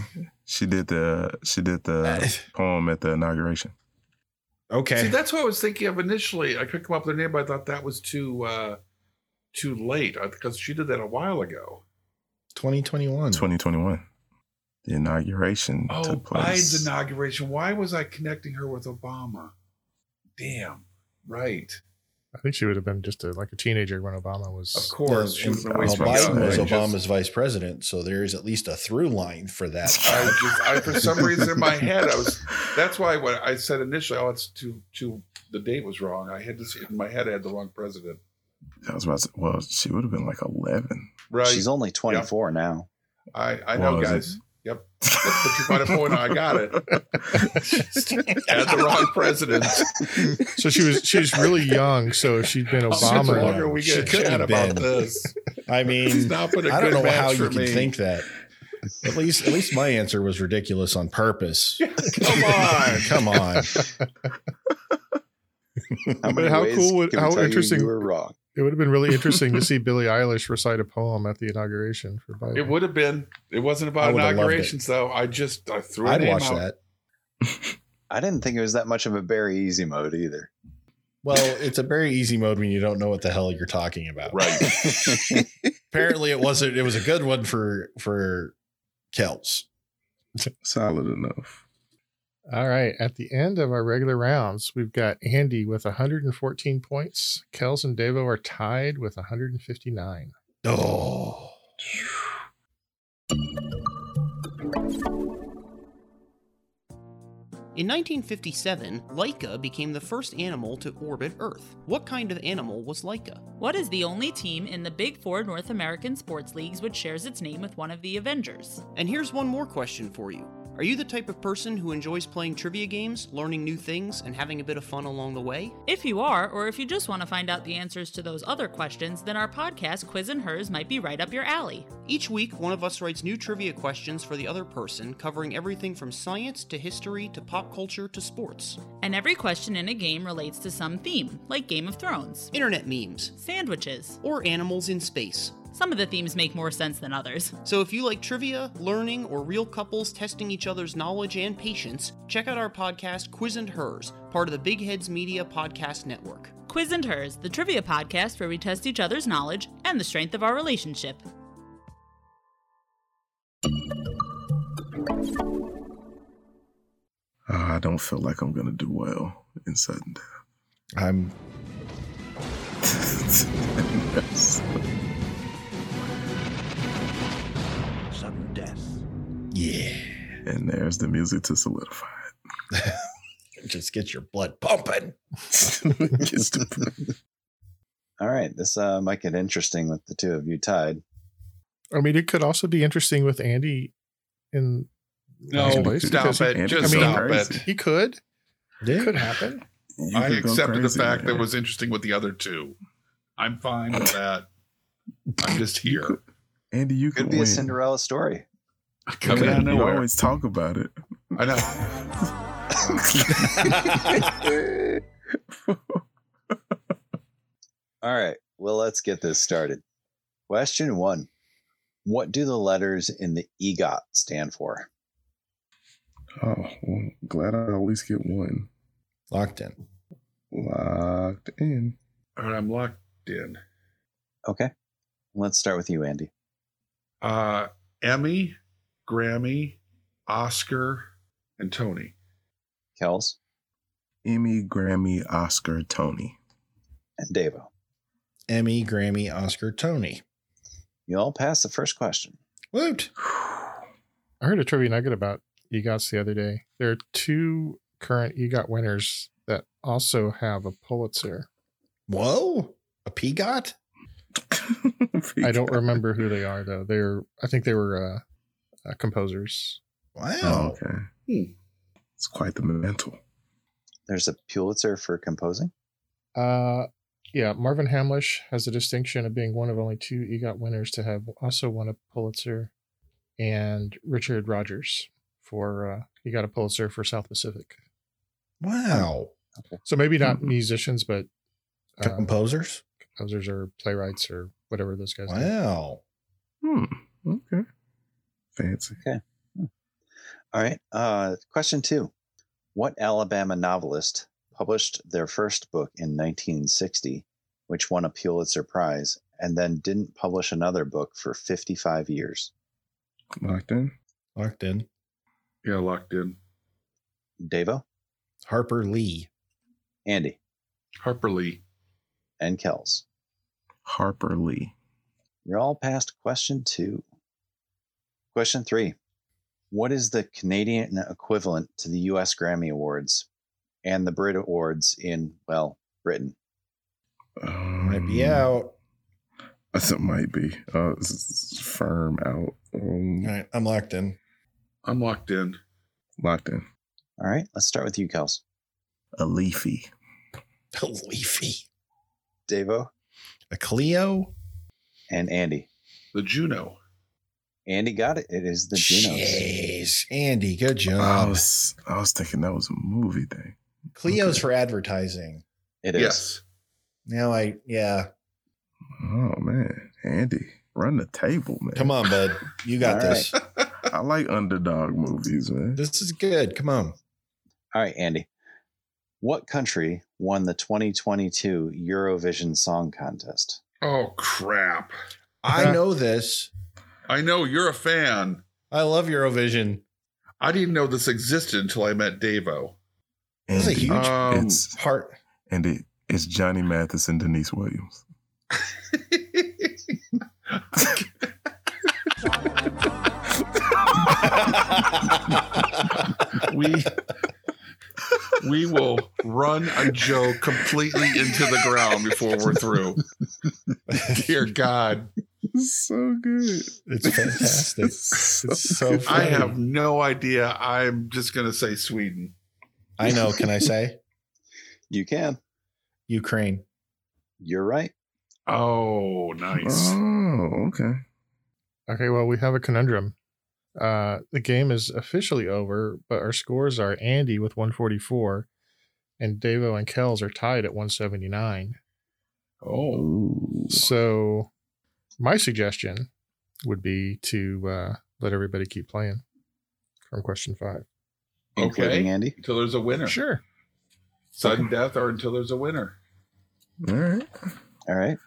she did the she did
Uh,
the poem at the inauguration.
okay.
See, that's what I was thinking of initially. I could come up with her name, but I thought that was too uh, too late because she did that a while ago.
2021.
2021. The inauguration
Hmm. Oh,
took place.
Biden's inauguration. Why was I connecting her with Obama? Damn. Right.
I think she would have been just a, like a teenager when Obama was.
Of course. she
and,
was a
well,
waste of
my
Biden
time.
was
I
outrageous.
Obama's vice president, so there is at least a through line for that.
I just, I, for some reason, in my head, I was. That's why when I said initially, "Oh, it's too, too." The date was wrong. I had this in my head. I had the wrong president.
I was about to, well, she would have been like 11.
Right.
She's only 24 now.
I, I know,
Was it?
guys. Yep. But you might have pointed out, I got it. Had the wrong president.
So she was she's really young. So if she'd been
How much
Obama.
Obama,
longer are we
She
going to
could
chat
have
about
been.
this?
I
It's
mean,
not been a
I
good
don't know
match
how you
for
can
me.
think that. At least, at least my answer was ridiculous on purpose.
Come on.
Come on.
How
But how cool would-
can we
how
tell you
interesting-
You were wrong.
it would have been really interesting to see Billie Eilish recite a poem at the inauguration for Biden.
It would have been. It wasn't
I
about
would have loved it.
inaugurations, though. I just I threw
I'd
it
watch
out.
that.
I didn't think it was that much of a very easy mode either.
Well, it's a very easy mode when you don't know what the hell you're talking about.
Right.
Apparently, it wasn't. It was a good one for for Kells.
Solid enough.
All right. At the end of our regular rounds, we've got Andy with 114 points. Kels and Devo are tied with 159.
Oh,
In 1957, Leica became the first animal to orbit Earth. What kind of animal was Leica?
What is the only team in the Big Four North American sports leagues which shares its name with one of the Avengers?
And here's one more question for you Are you the type of person who enjoys playing trivia games, learning new things, and having a bit of fun along the way?
If you are, or if you just want to find out the answers to those other questions, then our podcast, Quiz and Hers, might be right up your alley.
Each week, one of us writes new trivia questions for the other person, covering everything from science to history to pop culture to sports.
And every question in a game relates to some theme, like Game of Thrones,
Internet memes,
sandwiches.
or animals in space.
Some of the themes make more sense than others.
So if you like trivia, learning, or real couples testing each other's knowledge and patience, check out our podcast, Quiz and Hers, part of the Big Heads Media Podcast Network.
Quiz and Hers, the trivia podcast where we test each other's knowledge and the strength of our relationship.
Uh, I don't feel like I'm gonna do well in sudden
I'm
death.
Sudden death.
yeah.
and there's the music to solidify
Just get your blood pumping.
it. Gets to-
All right, this uh, might get interesting with the two of you tied.
I mean, it could also be interesting with Andy in
No,
last place,
stop
because
it.
Andy
Just
could go
stop
crazy.
it.
He could.
Yeah.
Could happen.
You
I
could go
accepted the
crazy,
fact that
man.
it was interesting with the other two. I'm fine with that. I'm just
You
here.
could- Andy, you
Could
could
be
win.
a Cinderella story.
Coming out of
You
nowhere.
always talk about it.
I know.
All right, well, let's get this started. Question one What do the letters in the EGOT stand for?
Oh, well, glad I at least get one
Locked in.
locked in.
All right, I'm locked in.
Okay, let's start with you, Andy.
Uh, Emmy, Grammy, Oscar, and Tony.
Kels
Emmy, Grammy, Oscar, Tony.
and Devo.
Emmy, Grammy, Oscar, Tony.
You all passed the first question.
Woot.
I heard a trivia nugget about E EGOTs the other day. There are two current E EGOT winners that also have a Pulitzer.
Whoa. A peagot?
E
I don't remember who they are though. They're I think they were uh, uh, composers.
Oh,
Wow.
okay.
Hmm.
It's quite the mantle.
There's a Pulitzer for composing.
Uh, yeah, Marvin Hamlish has the distinction of being one of only two E EGOT winners to have also won a Pulitzer, and Richard Rogers for uh, he got a Pulitzer for South Pacific.
Wow.
So maybe not
Mhm.
musicians, but uh,
Composers?
composers or playwrights or whatever those guys. do.
Wow.
Hmm. Okay. Fancy.
All right, uh, question two What Alabama novelist published their first book in 1960, which won a Pulitzer Prize, and then didn't publish another book for 55 years?
Locked in.
Locked in.
Yeah, locked in.
Devo,
Harper Lee.
Andy,
Harper Lee.
and Kells.
Harper Lee.
You're all past question two. Question three What is the Canadian equivalent to the US Grammy Awards and the Brit Awards in, well, Britain?
Um,
Might be out.
It might be. Uh, s- s- firm out. Um,
All right. I'm locked in.
I'm locked in.
Locked in.
All right, let's start with you, Kels.
A leafy.
Leafy.
Davo
A Cleo?
and Andy.
The Juno.
Andy got it. It is the Junos.
Jeez. Andy, good
I
job.
was I was thinking that was a movie thing.
Cleo's
okay.
for advertising.
It is.
Yes.
Now I, yeah.
Oh man, Andy, run the table, man.
Come on, bud. You got
All
this.
I like underdog movies, man.
This is good. Come on.
All right, Andy. What country won the 2022 Eurovision Song Contest?
Oh, crap.
I know this.
I know you're a fan.
I love Eurovision.
I didn't know this existed until I met Davo.
This is a
Andy,
huge-
Um,
It's
Heart.
and it, it's Johnny Mathis and Denise Williams.
we we will run a joke completely into the ground before we're through. Dear God,
It's so good.
It's fantastic.
It's so
It's so
good.
I
funny.
have no idea. I'm just gonna say Sweden.
I know. Can I say
You can.
Ukraine?
You're right.
Oh, nice.
Oh, okay.
Okay, well, we have a conundrum. Uh, the game is officially over, but our scores are Andy with 144, and Davo and Kells are tied at 179.
Oh,
Ooh.
So, my suggestion would be to uh, let everybody keep playing from question five.
Including
okay.
Andy.
Until there's a winner,
Sure.
sudden death, or until there's a winner.
All right.
All right.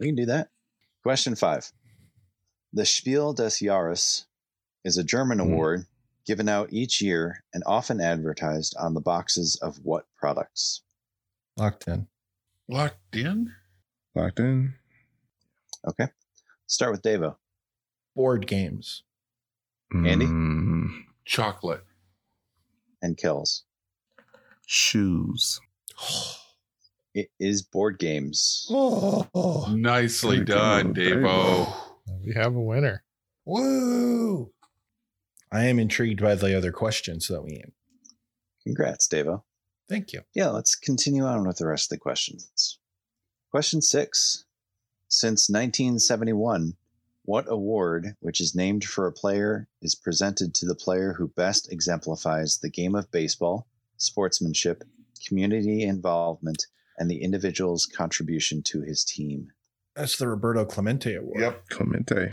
We can do that. Question five. The Spiel des Jahres is a German
Hmm.
award given out each year and often advertised on the boxes of what products?
Locked in.
Locked in
Locked in.
Okay. Start with Devo.
Board games.
Andy?
Mm,
chocolate.
and kills.
shoes.
It is board games.
Oh,
Nicely
Okay,
done,
there you
Davo.
We have a winner.
woo! I am intrigued by the other questions that we.
Congrats, Devo.
Thank you.
Yeah, let's continue on with the rest of the questions. Question six. Since 1971, what award, which is named for a player, is presented to the player who best exemplifies the game of baseball, sportsmanship, community involvement, and the individual's contribution to his team?
That's the Roberto Clemente Award.
Yep.
Clemente.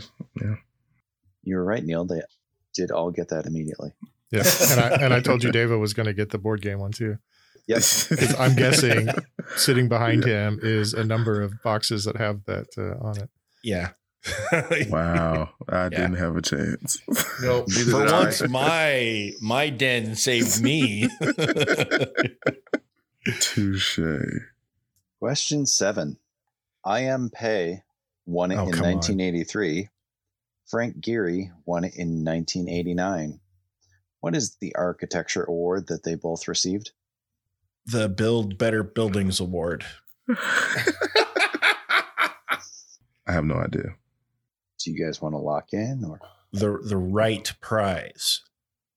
You were right, Neil. They did all get that immediately.
Yeah. And I, and I told you Davo was going to get the board game one too.
Yep.
I'm guessing Sitting behind him is a number of boxes that have that uh, on it.
Yeah.
Wow. I didn't have a chance.
Nope, neither
For
did I.
once, my my den saved me.
Touche.
Question seven. I am Pei won it
Oh,
in
come on.
1983. Frank Geary won it in 1989. What is the architecture award that they both received?
the Build Better Buildings Award.
I have no idea.
Do you guys want to lock in or
The the right prize.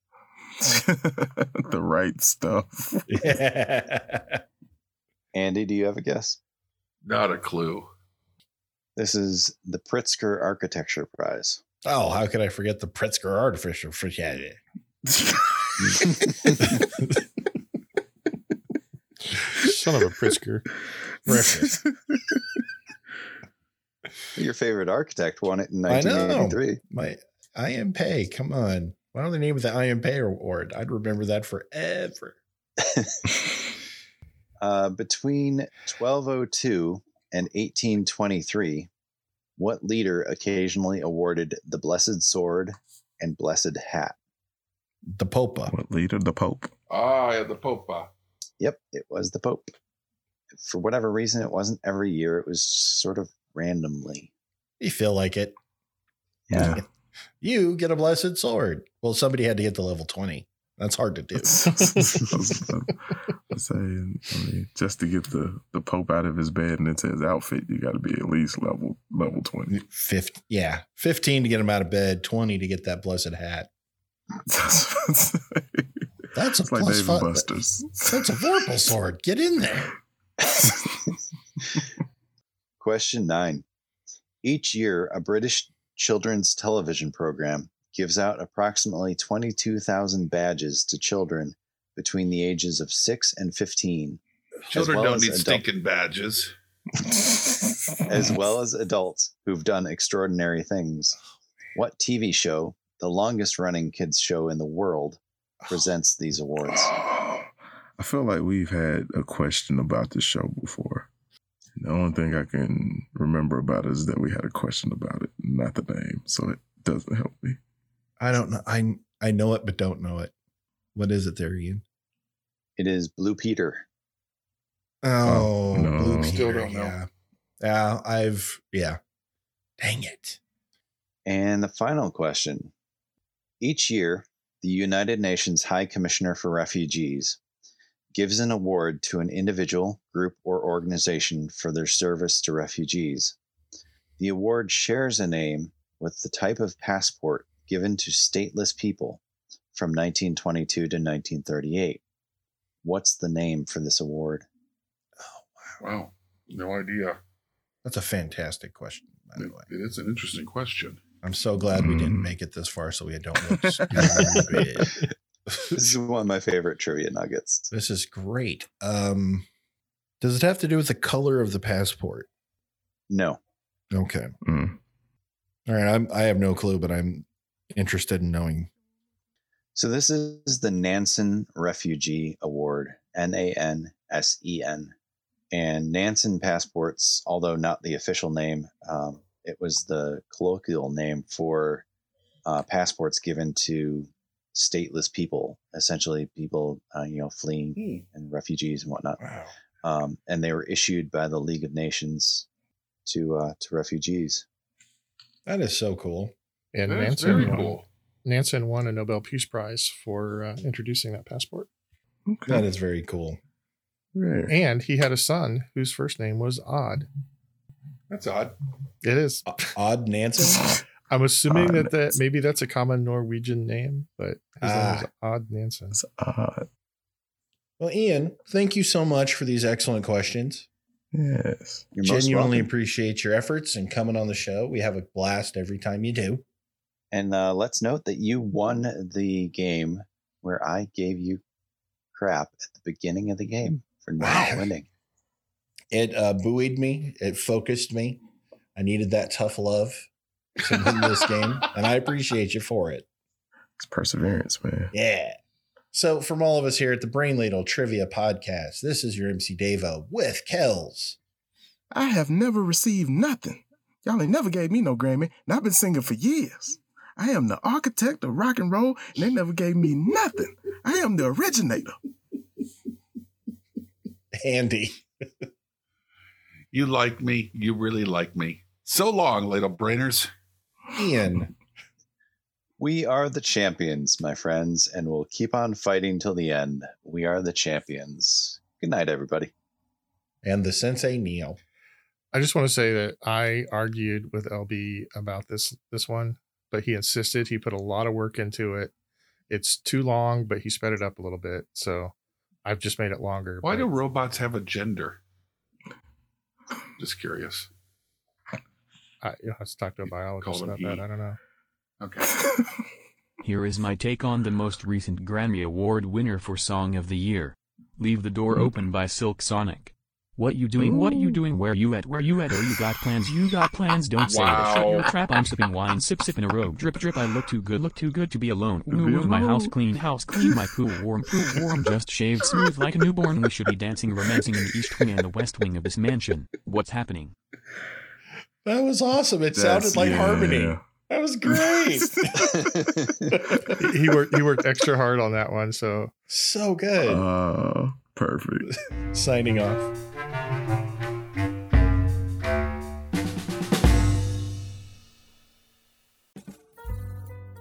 the right stuff.
Andy, do you have a guess?
Not a clue.
This is the Pritzker Architecture Prize.
oh, how could I forget the Pritzker Artificial? Fr- Yeah, yeah.
Son of a Pritzker.
Reference.
Your favorite architect won it in
I know.
1983.
My I am pay. Come on. Why don't they name it the I am pay award? I'd remember that forever.
Uh, between 1202 and 1823, what leader occasionally awarded the Blessed Sword and Blessed Hat?
The Popa.
what leader? The Pope.
Ah, yeah, the Popa.
Yep, it was the Pope. For whatever reason, it wasn't every year, it was sort of randomly.
You feel like it.
Yeah.
You get a blessed sword. Well, somebody had to get to level 20. That's hard to do.
I was I was saying, I mean, just to get the, the Pope out of his bed and into his outfit, you got to be at least level level twenty.
Fifth, yeah, 15 to get him out of bed, 20 to get that blessed hat.
That's what I'm saying.
That's a
It's like
plus
Dave
five.
and Buster's.
That's a vorpal sword. Get in there.
Question nine. Each year, a British children's television program gives out approximately 22,000 badges to children between the ages of 6 and 15,
Children
well
don't
as
need
adult-
stinking badges.
as well as adults who've done extraordinary things. What TV show, the longest running kids show in the world, presents these awards?
I feel like we've had a question about this show before. The only thing I can remember about it is that we had a question about it, not the name, so it doesn't help me.
I don't know. I I know it, but don't know it. What is it there, Ian?
It is Blue Peter.
Oh,
Oh, no.
Blue
Still
Peter,
don't know.
Yeah. Yeah, I've yeah. Dang it.
And the final question. Each year, the United Nations High Commissioner for Refugees gives an award to an individual, group, or organization for their service to refugees. The award shares a name with the type of passport given to stateless people from 1922 to 1938. What's the name for this award?
Wow. No idea.
That's a fantastic question, by the
Mm.
It-
way.
it is an interesting question.
I'm so glad we didn't
Mm.
make it this far so we don't look stupid.
This is one of my favorite trivia nuggets.
this is great. Um, does it have to do with the color of the passport?
No.
Okay.
Mm.
All right. I'm, I have no clue, but I'm interested in knowing.
So this is the Nansen Refugee Award, N A N S E N. And Nansen passports, although not the official name, um, it was the colloquial name for uh, passports given to stateless people, essentially people uh, you know fleeing and refugees and whatnot.
Hmm. Wow.
Um, and they were issued by the League of Nations to uh, to refugees.
That is so cool.
And
That is
Nansen
very
won.
cool.
Nansen won a Nobel Peace Prize for uh, introducing that passport.
Okay.
That is very cool.
Right.
And he had a son whose first name was Odd.
That's odd.
It is.
O- Odd Nansen.
I'm assuming
Odd
that, that
Nansen.
maybe that's a common Norwegian name, but his
Ah.
name is Odd Nansen.
That's odd.
well, Ian, thank you so much for these excellent questions.
Yes.
You're most
Genuinely
welcome.
appreciate your efforts and coming on the show. We have a blast every time you do.
And uh, let's note that you won the game where I gave you crap at the beginning of the game for not
Wow.
winning.
It uh, buoyed me. It focused me. I needed that tough love to win this game, and I appreciate you for it.
It's perseverance, man.
Yeah. So, from all of us here at the Brain Ladle Trivia Podcast, this is your MC Devo with Kells.
I have never received nothing. Y'all ain't never gave me no Grammy, and I've been singing for years. I am the architect of rock and roll, and they never gave me nothing. I am the originator.
Andy.
You like me. You really like me. So long, little brainers.
Ian.
We are the champions, my friends, and we'll keep on fighting till the end. We are the champions. Good night, everybody.
And the Sensei Neil.
I just want to say that I argued with LB about this this one, but he insisted he put a lot of work into it. It's too long, but he sped it up a little bit, so I've just made it longer.
Why
but
do robots have a gender? Just curious.
I, you know, I have to talk to a biologist
Call him E.
about that.
he.
I don't know.
Okay.
Here is my take on the most recent Grammy Award winner for Song of the Year. Leave the door open by Silk Sonic. What you doing? What you doing? Where you at? Where you at? Oh, you got plans? You got plans? Don't say it. Shut your
Wow.
trap. I'm sipping wine, sip, sip in a row. Drip, drip. I look too good, look too good to be alone. Ooh, ooh, my house clean, house clean. My pool warm, pool warm. Just shaved, smooth like a newborn. We should be dancing, romancing in the east wing and the west wing of this mansion. What's happening?
That was awesome. It sounded like harmony. That was great.
He- he worked he worked extra hard on that one, so
so good.
Oh, perfect.
Signing off.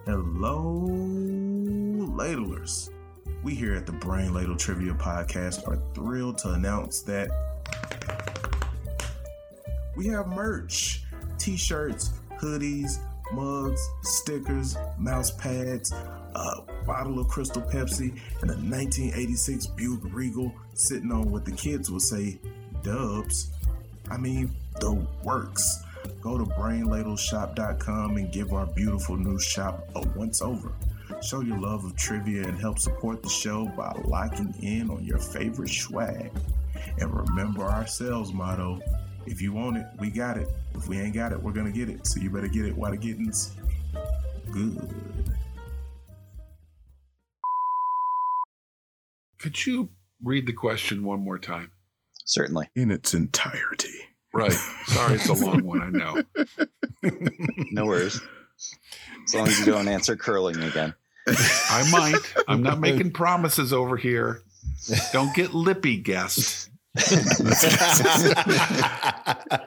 Hello, ladlers. We here at the Brain Ladle Trivia Podcast are thrilled to announce that we have merch t shirts, hoodies, mugs, stickers, mouse pads, a bottle of Crystal Pepsi, and a 1986 Buick Regal sitting on what the kids will say dubs. I mean, the works. Go to brainladleshop.com and give our beautiful new shop a once over. Show your love of trivia and help support the show by locking in on your favorite swag. And remember our sales motto if you want it, we got it. If we ain't got it, we're going to get it. So you better get it while the getting's good.
Could you read the question one more time?
Certainly.
In its entirety.
Right. Sorry, it's a long one. I know.
No worries. As long as you don't answer curling again.
I might. I'm not making promises over here. Don't get lippy, guest.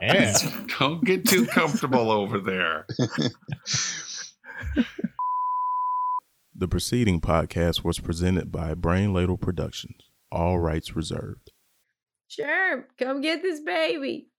yeah.
Don't get too comfortable over there.
The preceding podcast was presented by Brain Ladle Productions, all rights reserved.
Sure, come get this baby.